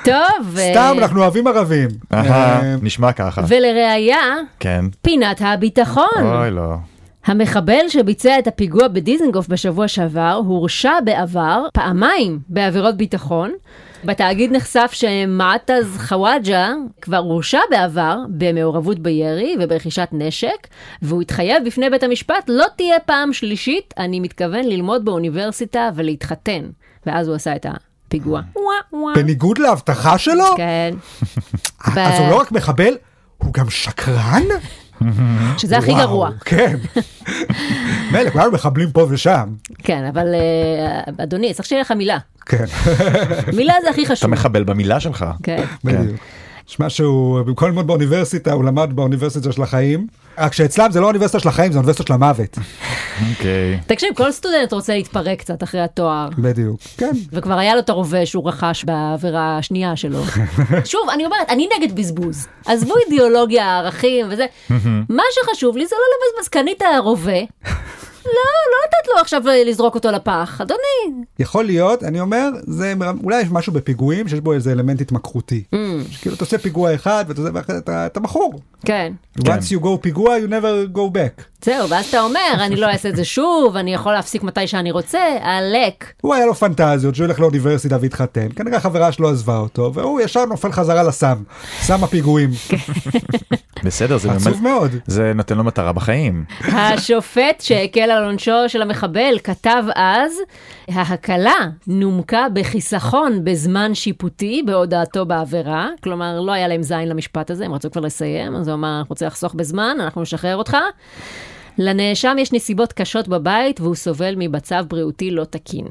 [SPEAKER 2] טוב. אה,
[SPEAKER 1] סתם, אנחנו אוהבים ערבים.
[SPEAKER 3] אהה,
[SPEAKER 1] אה,
[SPEAKER 3] נשמע ככה.
[SPEAKER 2] ולראיה,
[SPEAKER 3] כן.
[SPEAKER 2] פינת הביטחון.
[SPEAKER 3] אוי לא.
[SPEAKER 2] המחבל שביצע את הפיגוע בדיזנגוף בשבוע שעבר הורשע בעבר פעמיים בעבירות ביטחון. בתאגיד נחשף שמעטז חוואג'ה כבר הורשע בעבר במעורבות בירי וברכישת נשק, והוא התחייב בפני בית המשפט לא תהיה פעם שלישית, אני מתכוון ללמוד באוניברסיטה ולהתחתן. ואז הוא עשה את הפיגוע. וואו וואו.
[SPEAKER 1] בניגוד להבטחה שלו?
[SPEAKER 2] כן,
[SPEAKER 1] אז
[SPEAKER 2] ב-
[SPEAKER 1] הוא לא רק מחבל, הוא גם שקרן?
[SPEAKER 2] שזה הכי
[SPEAKER 1] וואו,
[SPEAKER 2] גרוע.
[SPEAKER 1] כן. מילא, כולנו מחבלים פה ושם.
[SPEAKER 2] כן, אבל אה, אדוני, צריך שיהיה לך מילה.
[SPEAKER 1] כן,
[SPEAKER 2] מילה זה הכי
[SPEAKER 3] אתה
[SPEAKER 2] חשוב.
[SPEAKER 3] מחבל במילה שלך.
[SPEAKER 2] כן.
[SPEAKER 1] בדיוק. נשמע שהוא, במקום ללמוד באוניברסיטה, הוא למד באוניברסיטה של החיים, רק שאצלם זה לא האוניברסיטה של החיים, זה האוניברסיטה של המוות.
[SPEAKER 3] אוקיי.
[SPEAKER 2] תקשיב, כל סטודנט רוצה להתפרק קצת אחרי התואר.
[SPEAKER 1] בדיוק. כן.
[SPEAKER 2] וכבר היה לו את הרובה שהוא רכש בעבירה השנייה שלו. שוב, אני אומרת, אני נגד בזבוז. עזבו אידיאולוגיה, ערכים וזה. מה שחשוב לי זה לא לבזבז. קנית רובה, לא, לא לתת לו עכשיו אה, לזרוק אותו לפח. אדוני,
[SPEAKER 1] יכול להיות, אני אומר, זה מרמ- אולי יש משהו בפיגועים שיש בו איזה אלמנט התמקחותי.
[SPEAKER 2] Mm.
[SPEAKER 1] שכאילו אתה עושה פיגוע אחד ואתה זה ואחרי אתה, אתה מכור.
[SPEAKER 2] כן.
[SPEAKER 1] once you go פיגוע you never go back.
[SPEAKER 2] זהו, ואז אתה אומר, אני לא אעשה את זה שוב, אני יכול להפסיק מתי שאני רוצה, עלק.
[SPEAKER 1] הוא היה לו פנטזיות שהוא ילך לאוניברסיטה והתחתן, כנראה חברה שלו עזבה אותו והוא ישר נופל חזרה לסם, סם הפיגועים.
[SPEAKER 2] כן.
[SPEAKER 3] בסדר, זה
[SPEAKER 2] אה,
[SPEAKER 1] עצוב
[SPEAKER 3] ממלא-
[SPEAKER 1] מאוד.
[SPEAKER 3] זה נותן לו מטרה בחיים.
[SPEAKER 2] השופט שהקל על עונשו של המחבל כתב אז, ההקלה נומקה בחיסכון בזמן שיפוטי בהודעתו בעבירה, כלומר לא היה להם זין למשפט הזה, הם רצו כבר לסיים, אז הוא אמר, אנחנו רוצים לחסוך בזמן, אנחנו נשחרר אותך. לנאשם יש נסיבות קשות בבית והוא סובל מבצב בריאותי לא תקין.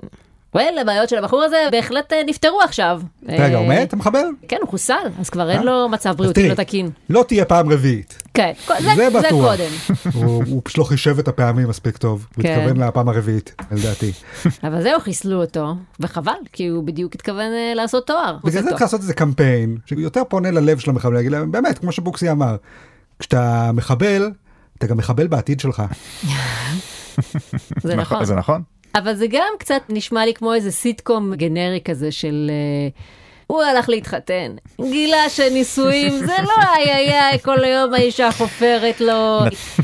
[SPEAKER 2] וואל, הבעיות של הבחור הזה בהחלט אה, נפתרו עכשיו.
[SPEAKER 1] רגע, הוא
[SPEAKER 2] אה,
[SPEAKER 1] מת? המחבל?
[SPEAKER 2] כן, הוא חוסל, אז כבר אין
[SPEAKER 1] אה?
[SPEAKER 2] לו מצב
[SPEAKER 1] אז
[SPEAKER 2] בריאותי
[SPEAKER 1] תראי,
[SPEAKER 2] לא תקין.
[SPEAKER 1] לא תהיה פעם רביעית.
[SPEAKER 2] כן,
[SPEAKER 1] זה
[SPEAKER 2] זה, זה
[SPEAKER 1] בטוח.
[SPEAKER 2] קודם.
[SPEAKER 1] הוא הוא פשוט לא חישב את הפעמים מספיק טוב, הוא
[SPEAKER 2] כן.
[SPEAKER 1] התכוון לפעם הרביעית, לדעתי.
[SPEAKER 2] אבל זהו, חיסלו אותו, וחבל, כי הוא בדיוק התכוון אה, לעשות תואר. הוא
[SPEAKER 1] בגלל זה
[SPEAKER 2] עושה
[SPEAKER 1] צריך לעשות איזה קמפיין שיותר פונה ללב של המחבל, להגיד להם, באמת, כמו שבוקסי אמר, כשאתה מחבל, אתה גם מחבל בעתיד שלך.
[SPEAKER 2] זה נכון.
[SPEAKER 3] זה נכון?
[SPEAKER 2] אבל זה גם קצת נשמע לי כמו איזה סיטקום גנרי כזה של... אה, הוא הלך להתחתן, גילה שנישואים זה לא איי איי איי, כל היום האישה חופרת לו,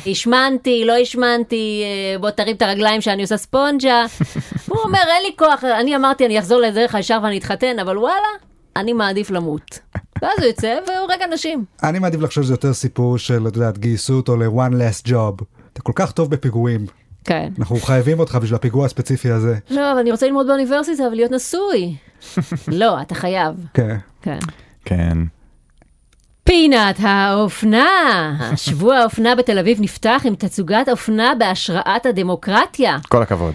[SPEAKER 2] השמנתי, לא השמנתי, אה, בוא תרים את הרגליים שאני עושה ספונג'ה. הוא אומר, אין לי כוח, אני אמרתי, אני אחזור לדרך הישר ואני אתחתן, אבל וואלה, אני מעדיף למות. ואז הוא יוצא והוא רגע נשים.
[SPEAKER 1] אני מעדיף לחשוב שזה יותר סיפור של, את יודעת, גייסו אותו ל-one last job. אתה כל כך טוב בפיגועים,
[SPEAKER 2] כן.
[SPEAKER 1] אנחנו חייבים אותך בשביל הפיגוע הספציפי הזה.
[SPEAKER 2] לא, אבל אני רוצה ללמוד באוניברסיטה ולהיות נשוי. לא, אתה חייב.
[SPEAKER 1] כן.
[SPEAKER 2] כן.
[SPEAKER 3] כן.
[SPEAKER 2] פינת האופנה! שבוע האופנה בתל אביב נפתח עם תצוגת אופנה בהשראת הדמוקרטיה.
[SPEAKER 3] כל הכבוד.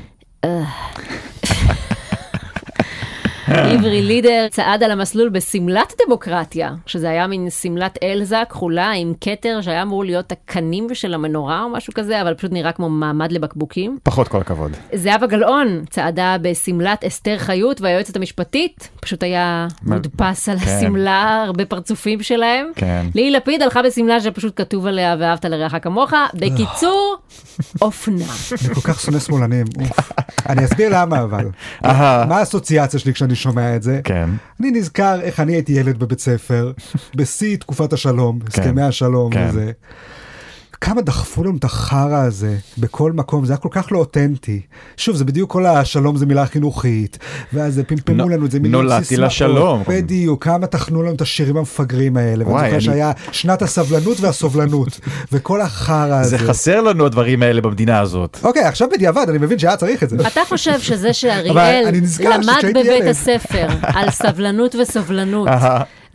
[SPEAKER 2] עברי לידר צעד על המסלול בשמלת דמוקרטיה, שזה היה מין שמלת אלזה כחולה עם כתר שהיה אמור להיות הקנים של המנורה או משהו כזה, אבל פשוט נראה כמו מעמד לבקבוקים.
[SPEAKER 3] פחות כל הכבוד.
[SPEAKER 1] אה,
[SPEAKER 2] זהבה גלאון צעדה בשמלת אסתר חיות והיועצת המשפטית, פשוט היה
[SPEAKER 3] מה-
[SPEAKER 2] מודפס על
[SPEAKER 3] כן.
[SPEAKER 2] השמלה, הרבה פרצופים שלהם.
[SPEAKER 3] כן.
[SPEAKER 2] ליהי לפיד הלכה בשמלה שפשוט כתוב עליה ואהבת לרעך כמוך. בקיצור, אופנה.
[SPEAKER 1] אני כל כך שונא שמאלנים, אוף. אני אסביר למה אבל.
[SPEAKER 3] אהה.
[SPEAKER 1] מה האסוציאציה שלי כשאני שומע את זה?
[SPEAKER 3] כן.
[SPEAKER 1] אני נזכר איך אני הייתי ילד בבית ספר, בשיא תקופת השלום, הסכמי השלום
[SPEAKER 3] כן.
[SPEAKER 1] וזה. כמה דחפו לנו את החרא הזה בכל מקום, זה היה כל כך לא אותנטי. שוב, זה בדיוק כל השלום זה מילה חינוכית, ואז פמפמו
[SPEAKER 3] נו-
[SPEAKER 1] לנו את זה מיליון
[SPEAKER 3] נולדתי לשלום.
[SPEAKER 1] בדיוק, כמה תחנו לנו את השירים המפגרים האלה. ואני
[SPEAKER 3] וואי,
[SPEAKER 1] זוכר
[SPEAKER 3] אני-
[SPEAKER 1] שהיה שנת הסבלנות והסובלנות, וכל החרא הזה.
[SPEAKER 3] זה חסר לנו הדברים האלה במדינה הזאת.
[SPEAKER 2] אה,
[SPEAKER 1] אוקיי, עכשיו בדיעבד, אני מבין שהיה צריך את זה.
[SPEAKER 2] אתה חושב שזה
[SPEAKER 1] אבל
[SPEAKER 2] שאריאל
[SPEAKER 1] אני נזכר
[SPEAKER 2] למד
[SPEAKER 1] שכשהייתי
[SPEAKER 2] בבית
[SPEAKER 1] ילד.
[SPEAKER 2] הספר על סבלנות וסובלנות,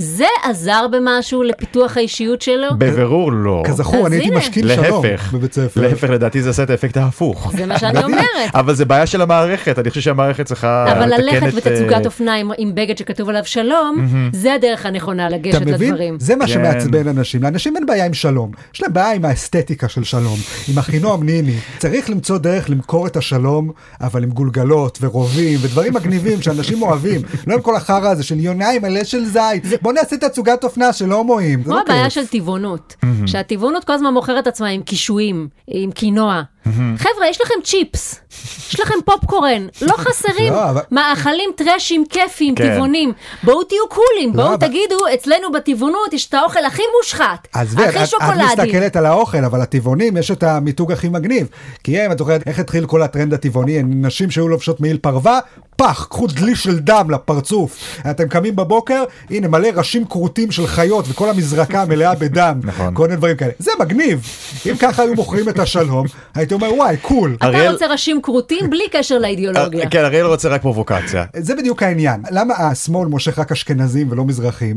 [SPEAKER 2] זה עזר במשהו לפיתוח האישיות שלו?
[SPEAKER 3] בבירור לא.
[SPEAKER 1] כזכור,
[SPEAKER 2] אז
[SPEAKER 1] אני הייתי
[SPEAKER 2] הנה.
[SPEAKER 1] משכין שלום
[SPEAKER 3] להפך.
[SPEAKER 1] בבית ספר.
[SPEAKER 3] להפך, לדעתי זה עשה את האפקט ההפוך.
[SPEAKER 2] זה מה שאני אומרת.
[SPEAKER 3] אבל זה בעיה של המערכת, אני חושב שהמערכת צריכה
[SPEAKER 2] אבל
[SPEAKER 3] לתקן
[SPEAKER 2] ללכת
[SPEAKER 3] את...
[SPEAKER 2] בתצוגת
[SPEAKER 3] אה,
[SPEAKER 2] אופנה עם- עם בגד שכתוב עליו שלום, זה הדרך הנכונה לגשת
[SPEAKER 1] אתה מבין?
[SPEAKER 2] לדברים.
[SPEAKER 1] זה מה
[SPEAKER 3] כן.
[SPEAKER 1] שמעצבן אנשים. לאנשים אין בעיה עם שלום. יש להם בעיה עם האסתטיקה של שלום, עם אחינועם ניני. צריך למצוא דרך למכור את השלום, אבל עם גולגלות ורובים ודברים מגניבים שאנשים אוהבים. לא עם כל החרא הזה של יונאי מלא של זית. בוא נעשה תצוגת אופנה של הומואים. זה
[SPEAKER 2] כמו
[SPEAKER 1] לא
[SPEAKER 2] הבעיה
[SPEAKER 1] כיף.
[SPEAKER 2] של טבעונות, שהטבעונות כל הזמן מוכרת עצמה עם קישואים, עם קינוע. חבר'ה, יש לכם צ'יפס, יש לכם פופקורן, לא חסרים
[SPEAKER 1] לא, אבל-
[SPEAKER 2] מאכלים טרשים, כיפים,
[SPEAKER 3] כן.
[SPEAKER 2] טבעונים. בואו תהיו קולים, בואו
[SPEAKER 1] לא, אבל-
[SPEAKER 2] תגידו, אצלנו בטבעונות יש את האוכל הכי מושחת,
[SPEAKER 1] עזבי, את,
[SPEAKER 2] הכי
[SPEAKER 1] את את
[SPEAKER 2] שוקולדי.
[SPEAKER 1] מסתכלת על האוכל, אבל הטבעונים יש את המיתוג הכי מגניב. כי אם את זוכרת איך התחיל כל הטרנד הטבעוני, נשים שהיו לובשות מעיל פרווה, פח, קחו דלי של דם לפרצוף. אתם קמים בבוקר, הנה מלא ראשים כרותים של חיות וכל המזרקה מלאה בדם.
[SPEAKER 3] נכון.
[SPEAKER 1] כל מיני דברים כאלה. זה מגניב. אם ככה היו מוכרים את השלום, הייתי אומר וואי, קול.
[SPEAKER 2] אתה
[SPEAKER 3] אריאל-
[SPEAKER 2] רוצה ראשים כרותים בלי קשר לאידיאולוגיה.
[SPEAKER 3] אה, כן, אריאל רוצה רק פרובוקציה.
[SPEAKER 1] זה בדיוק העניין. למה השמאל מושך רק אשכנזים ולא מזרחים?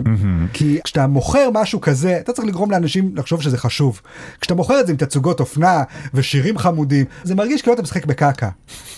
[SPEAKER 1] כי כשאתה מוכר משהו כזה, אתה צריך לגרום לאנשים לחשוב שזה חשוב. כשאתה מוכר את זה עם תצוגות אופנה ושירים חמודים, זה מרגיש כאילו אתה משחק בקקה.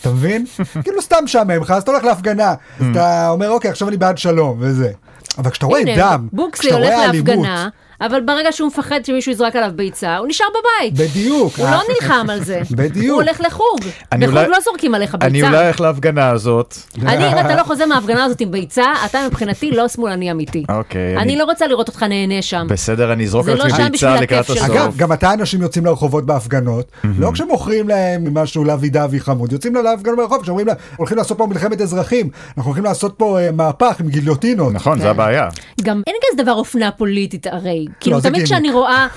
[SPEAKER 1] אתה מבין? כאילו סתם משעמם לך, אז אתה הולך להפגנה. אז אתה אומר, אוקיי, עכשיו אני בעד שלום וזה. אבל כשאתה רואה
[SPEAKER 2] הנה,
[SPEAKER 1] דם,
[SPEAKER 2] בוקסי
[SPEAKER 1] כשאתה
[SPEAKER 2] הולך
[SPEAKER 1] רואה אלימות,
[SPEAKER 2] להפגנה, אבל ברגע שהוא מפחד שמישהו יזרק עליו ביצה, הוא נשאר בבית.
[SPEAKER 1] בדיוק.
[SPEAKER 2] הוא לא נלחם על זה.
[SPEAKER 1] אה, בדיוק.
[SPEAKER 2] הוא הולך לחוג.
[SPEAKER 3] אני
[SPEAKER 2] בחוג
[SPEAKER 3] אולי-
[SPEAKER 2] לא זורקים עליך ביצה.
[SPEAKER 3] אני אולי הולך להפגנה הזאת.
[SPEAKER 2] אני, אם אתה לא חוזר מההפגנה הזאת עם ביצה, אתה מבחינתי לא שמאלני אמיתי.
[SPEAKER 3] אוקיי,
[SPEAKER 2] אני
[SPEAKER 3] אני-
[SPEAKER 2] לא רוצה לראות אותך נהנה שם.
[SPEAKER 3] בסדר, אני אזרוק
[SPEAKER 2] זה
[SPEAKER 3] על
[SPEAKER 2] לא
[SPEAKER 3] עצמי
[SPEAKER 2] שם
[SPEAKER 3] ביצה
[SPEAKER 2] בשביל
[SPEAKER 3] לקראת
[SPEAKER 2] הכיף שלך.
[SPEAKER 3] הסוף.
[SPEAKER 1] אגב, גם מתי אנשים יוצאים לרחובות בהפגנות? לא כשמוכרים להם משהו לאבי דאבי חמוד, יוצאים להפגנות ברחוב, כשאומרים להם, הולכים לעשות פה מלחמת אזרחים, אנחנו הולכים לעשות פה אה, מהפך עם גיליוטינות.
[SPEAKER 3] נכון,
[SPEAKER 2] כן.
[SPEAKER 3] זה הבעיה.
[SPEAKER 2] גם אין כזה דבר אופנה פוליטית הרי.
[SPEAKER 3] לא,
[SPEAKER 2] כאילו,
[SPEAKER 1] זה
[SPEAKER 2] תמיד
[SPEAKER 1] גימיק.
[SPEAKER 2] כשאני רואה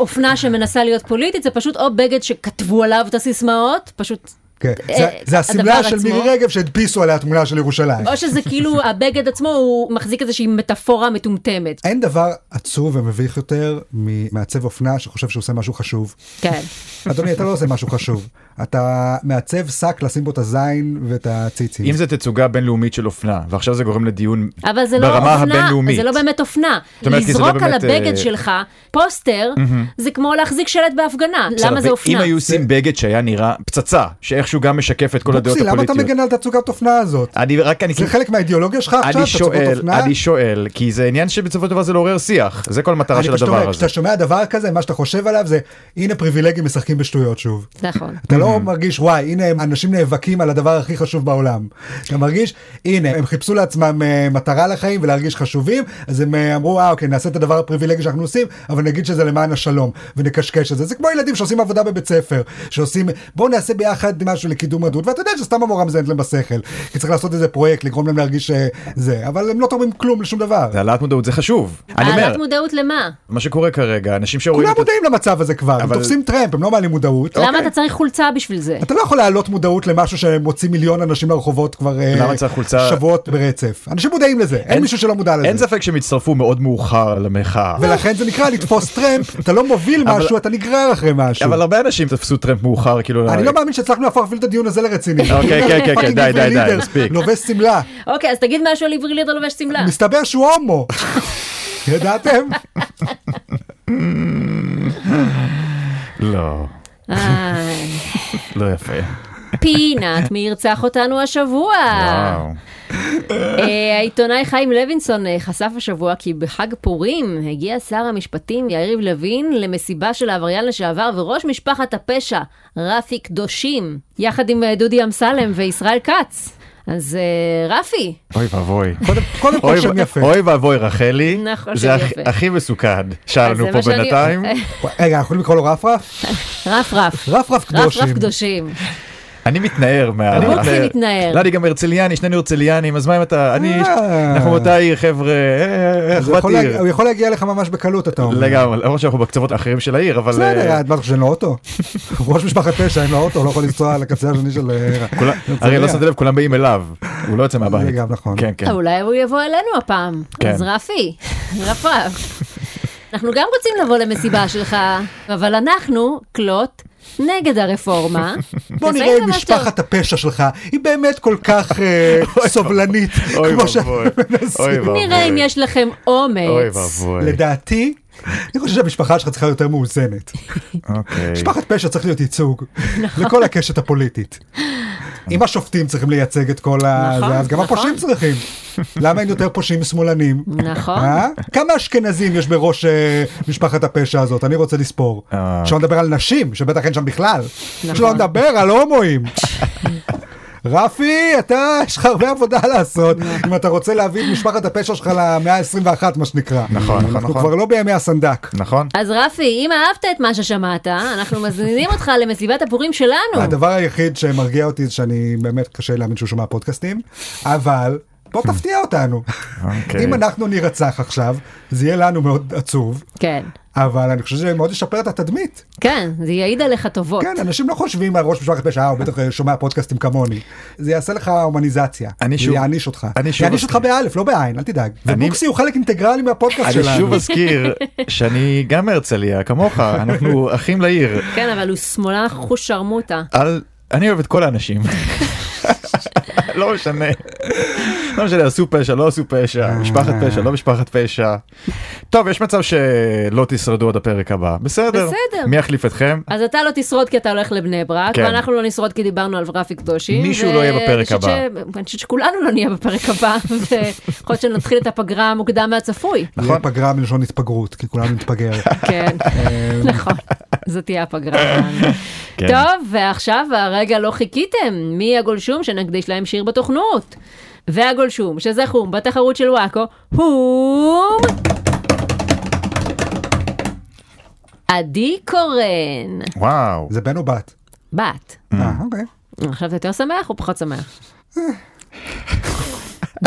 [SPEAKER 2] אופנה שמנסה להיות פוליטית, זה פשוט או בגד שכתבו עליו את הסיסמאות, פשוט...
[SPEAKER 1] כן.
[SPEAKER 2] אה,
[SPEAKER 1] זה- זה השמלה
[SPEAKER 2] הדבר
[SPEAKER 1] של
[SPEAKER 2] עצמו.
[SPEAKER 1] מירי רגב שהדפיסו עליה תמונה של ירושלים.
[SPEAKER 2] או שזה כאילו הבגד עצמו הוא מחזיק איזושהי מטאפורה מטומטמת.
[SPEAKER 1] אין דבר עצוב ומביך יותר ממעצב אופנה שחושב שהוא עושה משהו חשוב.
[SPEAKER 2] כן.
[SPEAKER 1] אדוני, אתה לא עושה משהו חשוב. אתה מעצב שק לשים בו את הזין ואת הציצים.
[SPEAKER 3] אם זה תצוגה בינלאומית של אופנה, ועכשיו זה גורם לדיון
[SPEAKER 2] אבל זה לא
[SPEAKER 3] ברמה
[SPEAKER 2] אופנה,
[SPEAKER 3] הבינלאומית.
[SPEAKER 2] זה לא באמת אופנה.
[SPEAKER 3] אומרת, כי זה לא
[SPEAKER 2] לזרוק על
[SPEAKER 3] באמת,
[SPEAKER 2] הבגד
[SPEAKER 3] אה,
[SPEAKER 2] שלך פוסטר, זה כמו להחזיק שלט בהפגנה.
[SPEAKER 3] בסדר,
[SPEAKER 2] למה זה
[SPEAKER 3] ואם
[SPEAKER 2] אופנה?
[SPEAKER 3] היו עושים בגד שהיה נראה פצצה, שאיכשהו שהוא גם משקף את כל הדעות
[SPEAKER 1] בוקסי, למה אתה
[SPEAKER 3] הפוליטיות.
[SPEAKER 1] מגן על תצוגת אופנה הזאת?
[SPEAKER 3] אני רק, אני
[SPEAKER 1] זה חלק מהאידיאולוגיה שלך עכשיו,
[SPEAKER 3] אני
[SPEAKER 1] תצוגות
[SPEAKER 3] שואל,
[SPEAKER 1] אופנה?
[SPEAKER 3] אני שואל, כי זה עניין שבסופו של דבר זה לעורר שיח, זה כל המטרה
[SPEAKER 1] אני
[SPEAKER 3] של
[SPEAKER 1] פשוט
[SPEAKER 3] הדבר
[SPEAKER 1] אומר,
[SPEAKER 3] הזה.
[SPEAKER 1] כשאתה שומע דבר כזה, מה שאתה חושב עליו זה, הנה פריבילגים משחקים בשטויות שוב.
[SPEAKER 2] נכון.
[SPEAKER 1] אתה
[SPEAKER 3] Mm-hmm.
[SPEAKER 1] לא מרגיש, וואי, הנה הם אנשים נאבקים על הדבר הכי חשוב בעולם. אתה מרגיש, הנה, הם חיפשו לעצמם אה, מטרה לחיים ולהרגיש חשובים, אז הם אה, אמרו, אה, אוקיי, נעשה את הדבר הפריבילגי שאנחנו עושים, אבל נגיד שזה למען השלום, ונקשקש את זה. זה כמו ילדים שעושים עבודה בבית ספר, שעושים, בואו נעשה ביחד משהו לקידום הדוד, ואתה יודע שסתם המורה מזיינת להם בשכל, כי צריך לעשות איזה פרויקט, לגרום להם להרגיש אה, זה, אבל הם לא תורמים כלום לשום דבר.
[SPEAKER 3] זה העלאת מודעות, זה חשוב. אני אומר,
[SPEAKER 2] העלת מודעות למה?
[SPEAKER 3] מה שקורה כרגע, אנשים שרואים
[SPEAKER 1] כולם
[SPEAKER 3] את...
[SPEAKER 1] מודעים למצב הזה כבר, הם
[SPEAKER 3] אבל-
[SPEAKER 1] תופסים טרמפ, הם לא מעלים מודעות.
[SPEAKER 2] למה אתה צריך חולצה בשביל זה?
[SPEAKER 1] אתה לא יכול להעלות מודעות למשהו שמוציא מיליון אנשים לרחובות כבר אה,
[SPEAKER 3] למה צריך חולצה?
[SPEAKER 1] שבועות ברצף. אנשים מודעים לזה, אין מישהו שלא מודע
[SPEAKER 3] אין
[SPEAKER 1] לזה.
[SPEAKER 3] ספק שהם הצטרפו מאוד מאוחר למחאה.
[SPEAKER 1] ולכן זה נקרא לתפוס טרמפ, אתה לא מוביל משהו, אתה נגרר אחרי משהו.
[SPEAKER 3] אבל הרבה אנשים תפסו טרמפ מאוחר, כאילו...
[SPEAKER 1] אני לא מאמין שהצלחנו להפוך אפילו את הדיון הזה לרציני.
[SPEAKER 3] אוקיי, כן, כן, כן,
[SPEAKER 1] פאקינג
[SPEAKER 3] די,
[SPEAKER 1] עברי
[SPEAKER 3] די, די,
[SPEAKER 1] לידר,
[SPEAKER 3] מספיק.
[SPEAKER 1] לובש שמלה,
[SPEAKER 2] אוקיי, אז תגיד משהו על עברי לידר לובש שמלה.
[SPEAKER 1] מסתבר שהוא הומו. ידעתם?
[SPEAKER 3] לא,
[SPEAKER 2] איי.
[SPEAKER 3] לא יפה.
[SPEAKER 2] אה, פינת מי ירצח אותנו השבוע.
[SPEAKER 3] וואו.
[SPEAKER 2] אה, העיתונאי חיים לוינסון אה, חשף השבוע כי בחג פורים הגיע שר המשפטים יריב לוין למסיבה של העבריין לשעבר וראש משפחת הפשע רפי קדושים, יחד עם אה, דודי אמסלם וישראל כץ. אז אה, רפי,
[SPEAKER 3] אוי ואבוי.
[SPEAKER 1] קודם- קודם כל
[SPEAKER 3] אוי
[SPEAKER 1] שם
[SPEAKER 3] ו-
[SPEAKER 1] יפה.
[SPEAKER 3] אוי ואבוי רחלי,
[SPEAKER 2] נכון,
[SPEAKER 3] זה
[SPEAKER 2] שם
[SPEAKER 3] הכ-
[SPEAKER 2] יפה.
[SPEAKER 3] הכי מסוכן שלנו
[SPEAKER 2] אז זה
[SPEAKER 3] פה
[SPEAKER 2] מה שאני-
[SPEAKER 3] בינתיים.
[SPEAKER 1] רגע, אנחנו יכולים לקרוא לו רפרף?
[SPEAKER 2] רף רף.
[SPEAKER 1] רפרף
[SPEAKER 2] רף
[SPEAKER 1] קדושים.
[SPEAKER 2] רף קדושים.
[SPEAKER 3] אני מתנער מה...
[SPEAKER 2] בוקסי
[SPEAKER 3] מתנער.
[SPEAKER 2] מתנער.
[SPEAKER 3] לא, אני גם הרצליאני, שנינו הרצליאנים, אז מה אם אתה... אני...
[SPEAKER 1] אה.
[SPEAKER 3] אנחנו מאותה עיר, חבר'ה, אה,
[SPEAKER 1] אז הוא
[SPEAKER 3] אחוות
[SPEAKER 1] יכול להגיע-
[SPEAKER 3] עיר.
[SPEAKER 1] הוא יכול להגיע לך ממש בקלות, אתה אומר.
[SPEAKER 3] לגמרי, למרות שאנחנו בקצוות האחרים של העיר, אבל... אה,
[SPEAKER 1] בסדר, מה אתה חושב שאין לו אוטו? ראש משפחת פשע אין לו אוטו, הוא לא יכול לנסוע לקצה השני של... אה,
[SPEAKER 3] כולם- הרי לא שמת לב, כולם באים אליו, הוא לא יוצא מהבית.
[SPEAKER 1] זה גם נכון.
[SPEAKER 3] כן, כן.
[SPEAKER 2] אה, אולי הוא יבוא אלינו הפעם.
[SPEAKER 3] כן.
[SPEAKER 2] אז רפי, רף רף. אנחנו גם רוצים לבוא למסיבה שלך, אבל אנחנו, קלוט, נגד הרפורמה.
[SPEAKER 1] בוא
[SPEAKER 2] אז
[SPEAKER 1] נראה
[SPEAKER 2] ראית
[SPEAKER 1] אם
[SPEAKER 2] מה
[SPEAKER 1] משפחת הפשע שלך היא באמת כל כך אה, סובלנית,
[SPEAKER 3] אוי
[SPEAKER 1] כמו ש...
[SPEAKER 3] ואבוי, אוי
[SPEAKER 2] טוב.
[SPEAKER 3] ואבוי.
[SPEAKER 2] נראה אם יש לכם
[SPEAKER 3] אוי
[SPEAKER 2] אומץ.
[SPEAKER 3] ואבוי.
[SPEAKER 1] לדעתי, אני חושב שהמשפחה שלך צריכה להיות יותר מאוזנת.
[SPEAKER 3] אוקיי.
[SPEAKER 1] משפחת פשע צריך להיות ייצוג
[SPEAKER 2] נכון.
[SPEAKER 1] לכל הקשת הפוליטית. אם
[SPEAKER 3] נכון.
[SPEAKER 1] השופטים צריכים לייצג את כל ה...
[SPEAKER 2] נכון,
[SPEAKER 1] זה, אז גם
[SPEAKER 2] נכון.
[SPEAKER 1] הפושעים צריכים. למה אין יותר פושעים שמאלנים?
[SPEAKER 2] נכון.
[SPEAKER 1] אה? כמה אשכנזים יש בראש אה, משפחת הפשע הזאת? אני רוצה לספור.
[SPEAKER 3] אה.
[SPEAKER 1] שלא נדבר על נשים, שבטח אין שם בכלל.
[SPEAKER 2] נכון.
[SPEAKER 1] שלא נדבר על הומואים. רפי, אתה, יש לך הרבה עבודה לעשות,
[SPEAKER 2] נכון.
[SPEAKER 1] אם אתה רוצה להביא את משפחת הפשע שלך למאה ה-21, מה שנקרא.
[SPEAKER 3] נכון, נכון,
[SPEAKER 1] אנחנו
[SPEAKER 3] נכון.
[SPEAKER 1] כבר לא בימי הסנדק.
[SPEAKER 3] נכון?
[SPEAKER 2] אז רפי, אם אהבת את מה ששמעת, אנחנו מזמינים אותך למסיבת הפורים שלנו.
[SPEAKER 1] הדבר היחיד שמרגיע אותי זה שאני באמת קשה להאמין שהוא שומע פודקאסטים, אבל בוא תפתיע אותנו.
[SPEAKER 3] Hmm. אוקיי.
[SPEAKER 1] אם אנחנו נירצח עכשיו, זה יהיה לנו מאוד עצוב,
[SPEAKER 2] כן.
[SPEAKER 1] אבל אני חושב שזה מאוד ישפר את התדמית.
[SPEAKER 2] כן, זה יעיד עליך טובות.
[SPEAKER 1] כן, אנשים לא חושבים על ראש משפחת פשע, אה, הוא בטח אה, שומע פודקאסטים כמוני. זה יעשה לך הומניזציה.
[SPEAKER 3] אני שוב-
[SPEAKER 1] זה יעניש אותך.
[SPEAKER 3] אני שוב
[SPEAKER 1] יעניש אותך
[SPEAKER 3] מסכים.
[SPEAKER 1] באלף, לא בעין, אל תדאג.
[SPEAKER 3] אני-
[SPEAKER 1] ובוקסי הוא חלק אינטגרלי מהפודקאסט
[SPEAKER 3] אני שוב
[SPEAKER 1] שלנו.
[SPEAKER 3] אזכיר שאני גם מהרצליה, כמוך, אנחנו אחים לעיר.
[SPEAKER 2] כן, אבל הוא שמאלן חושרמוטה.
[SPEAKER 3] אל... אני אוהב את כל האנשים. לא משנה. לא משנה, עשו פשע, לא עשו פשע, משפחת פשע, לא משפחת פשע. טוב, יש מצב שלא תשרדו עד הפרק הבא. בסדר.
[SPEAKER 2] בסדר.
[SPEAKER 3] מי יחליף אתכם?
[SPEAKER 2] אז אתה לא תשרוד כי אתה הולך לבני ברק,
[SPEAKER 3] כן.
[SPEAKER 2] ואנחנו לא נשרוד כי דיברנו על רפי קדושים.
[SPEAKER 3] מישהו לא יהיה
[SPEAKER 2] ואני
[SPEAKER 3] בפרק
[SPEAKER 2] חושבת
[SPEAKER 3] הבא.
[SPEAKER 2] ש- אני חושבת שכולנו לא נהיה בפרק הבא, ויכול להיות שנתחיל את הפגרה מוקדם מהצפוי.
[SPEAKER 1] נכון. פגרה מלשון התפגרות, כי כולנו נתפגר.
[SPEAKER 2] כן, נכון, זו תהיה הפגרה. שלנו.
[SPEAKER 3] כן.
[SPEAKER 2] טוב, ועכשיו הרגע לא חיכיתם, מי הגולשום שנקדיש להם שיר בתוכנות? והגולשום שזכום בתחרות של וואקו הוא... עדי קורן.
[SPEAKER 3] וואו.
[SPEAKER 1] זה בן או בת?
[SPEAKER 2] בת.
[SPEAKER 3] Hmm.
[SPEAKER 1] אה, אוקיי.
[SPEAKER 2] עכשיו אתה יותר שמח או פחות שמח?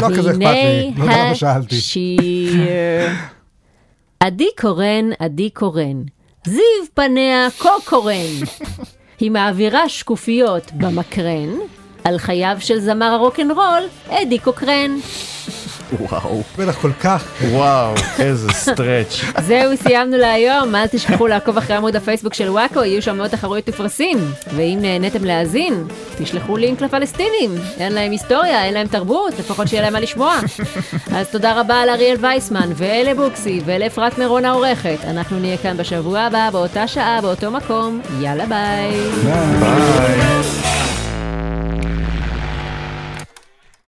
[SPEAKER 1] לא כזה אכפת לי, לא יודע
[SPEAKER 2] והנה
[SPEAKER 1] למה שאלתי.
[SPEAKER 2] השיר. עדי קורן, עדי קורן, זיו פניה כה קורן. היא מעבירה שקופיות במקרן, על חייו של זמר הרוקנרול, אדי קוקרן.
[SPEAKER 3] וואו.
[SPEAKER 1] בטח כל כך
[SPEAKER 3] וואו, איזה סטרץ'.
[SPEAKER 2] זהו, סיימנו להיום. אל תשכחו לעקוב אחרי עמוד הפייסבוק של וואקו, יהיו שם מאות תחרויות ופרסים. ואם נהניתם להאזין, תשלחו לינק לפלסטינים. אין להם היסטוריה, אין להם תרבות, לפחות שיהיה להם מה לשמוע. אז תודה רבה לאריאל וייסמן, ואלה בוקסי, ולאפרת מירון העורכת. אנחנו נהיה כאן בשבוע הבא, באותה שעה, באותו מקום. יאללה ביי.
[SPEAKER 3] ביי.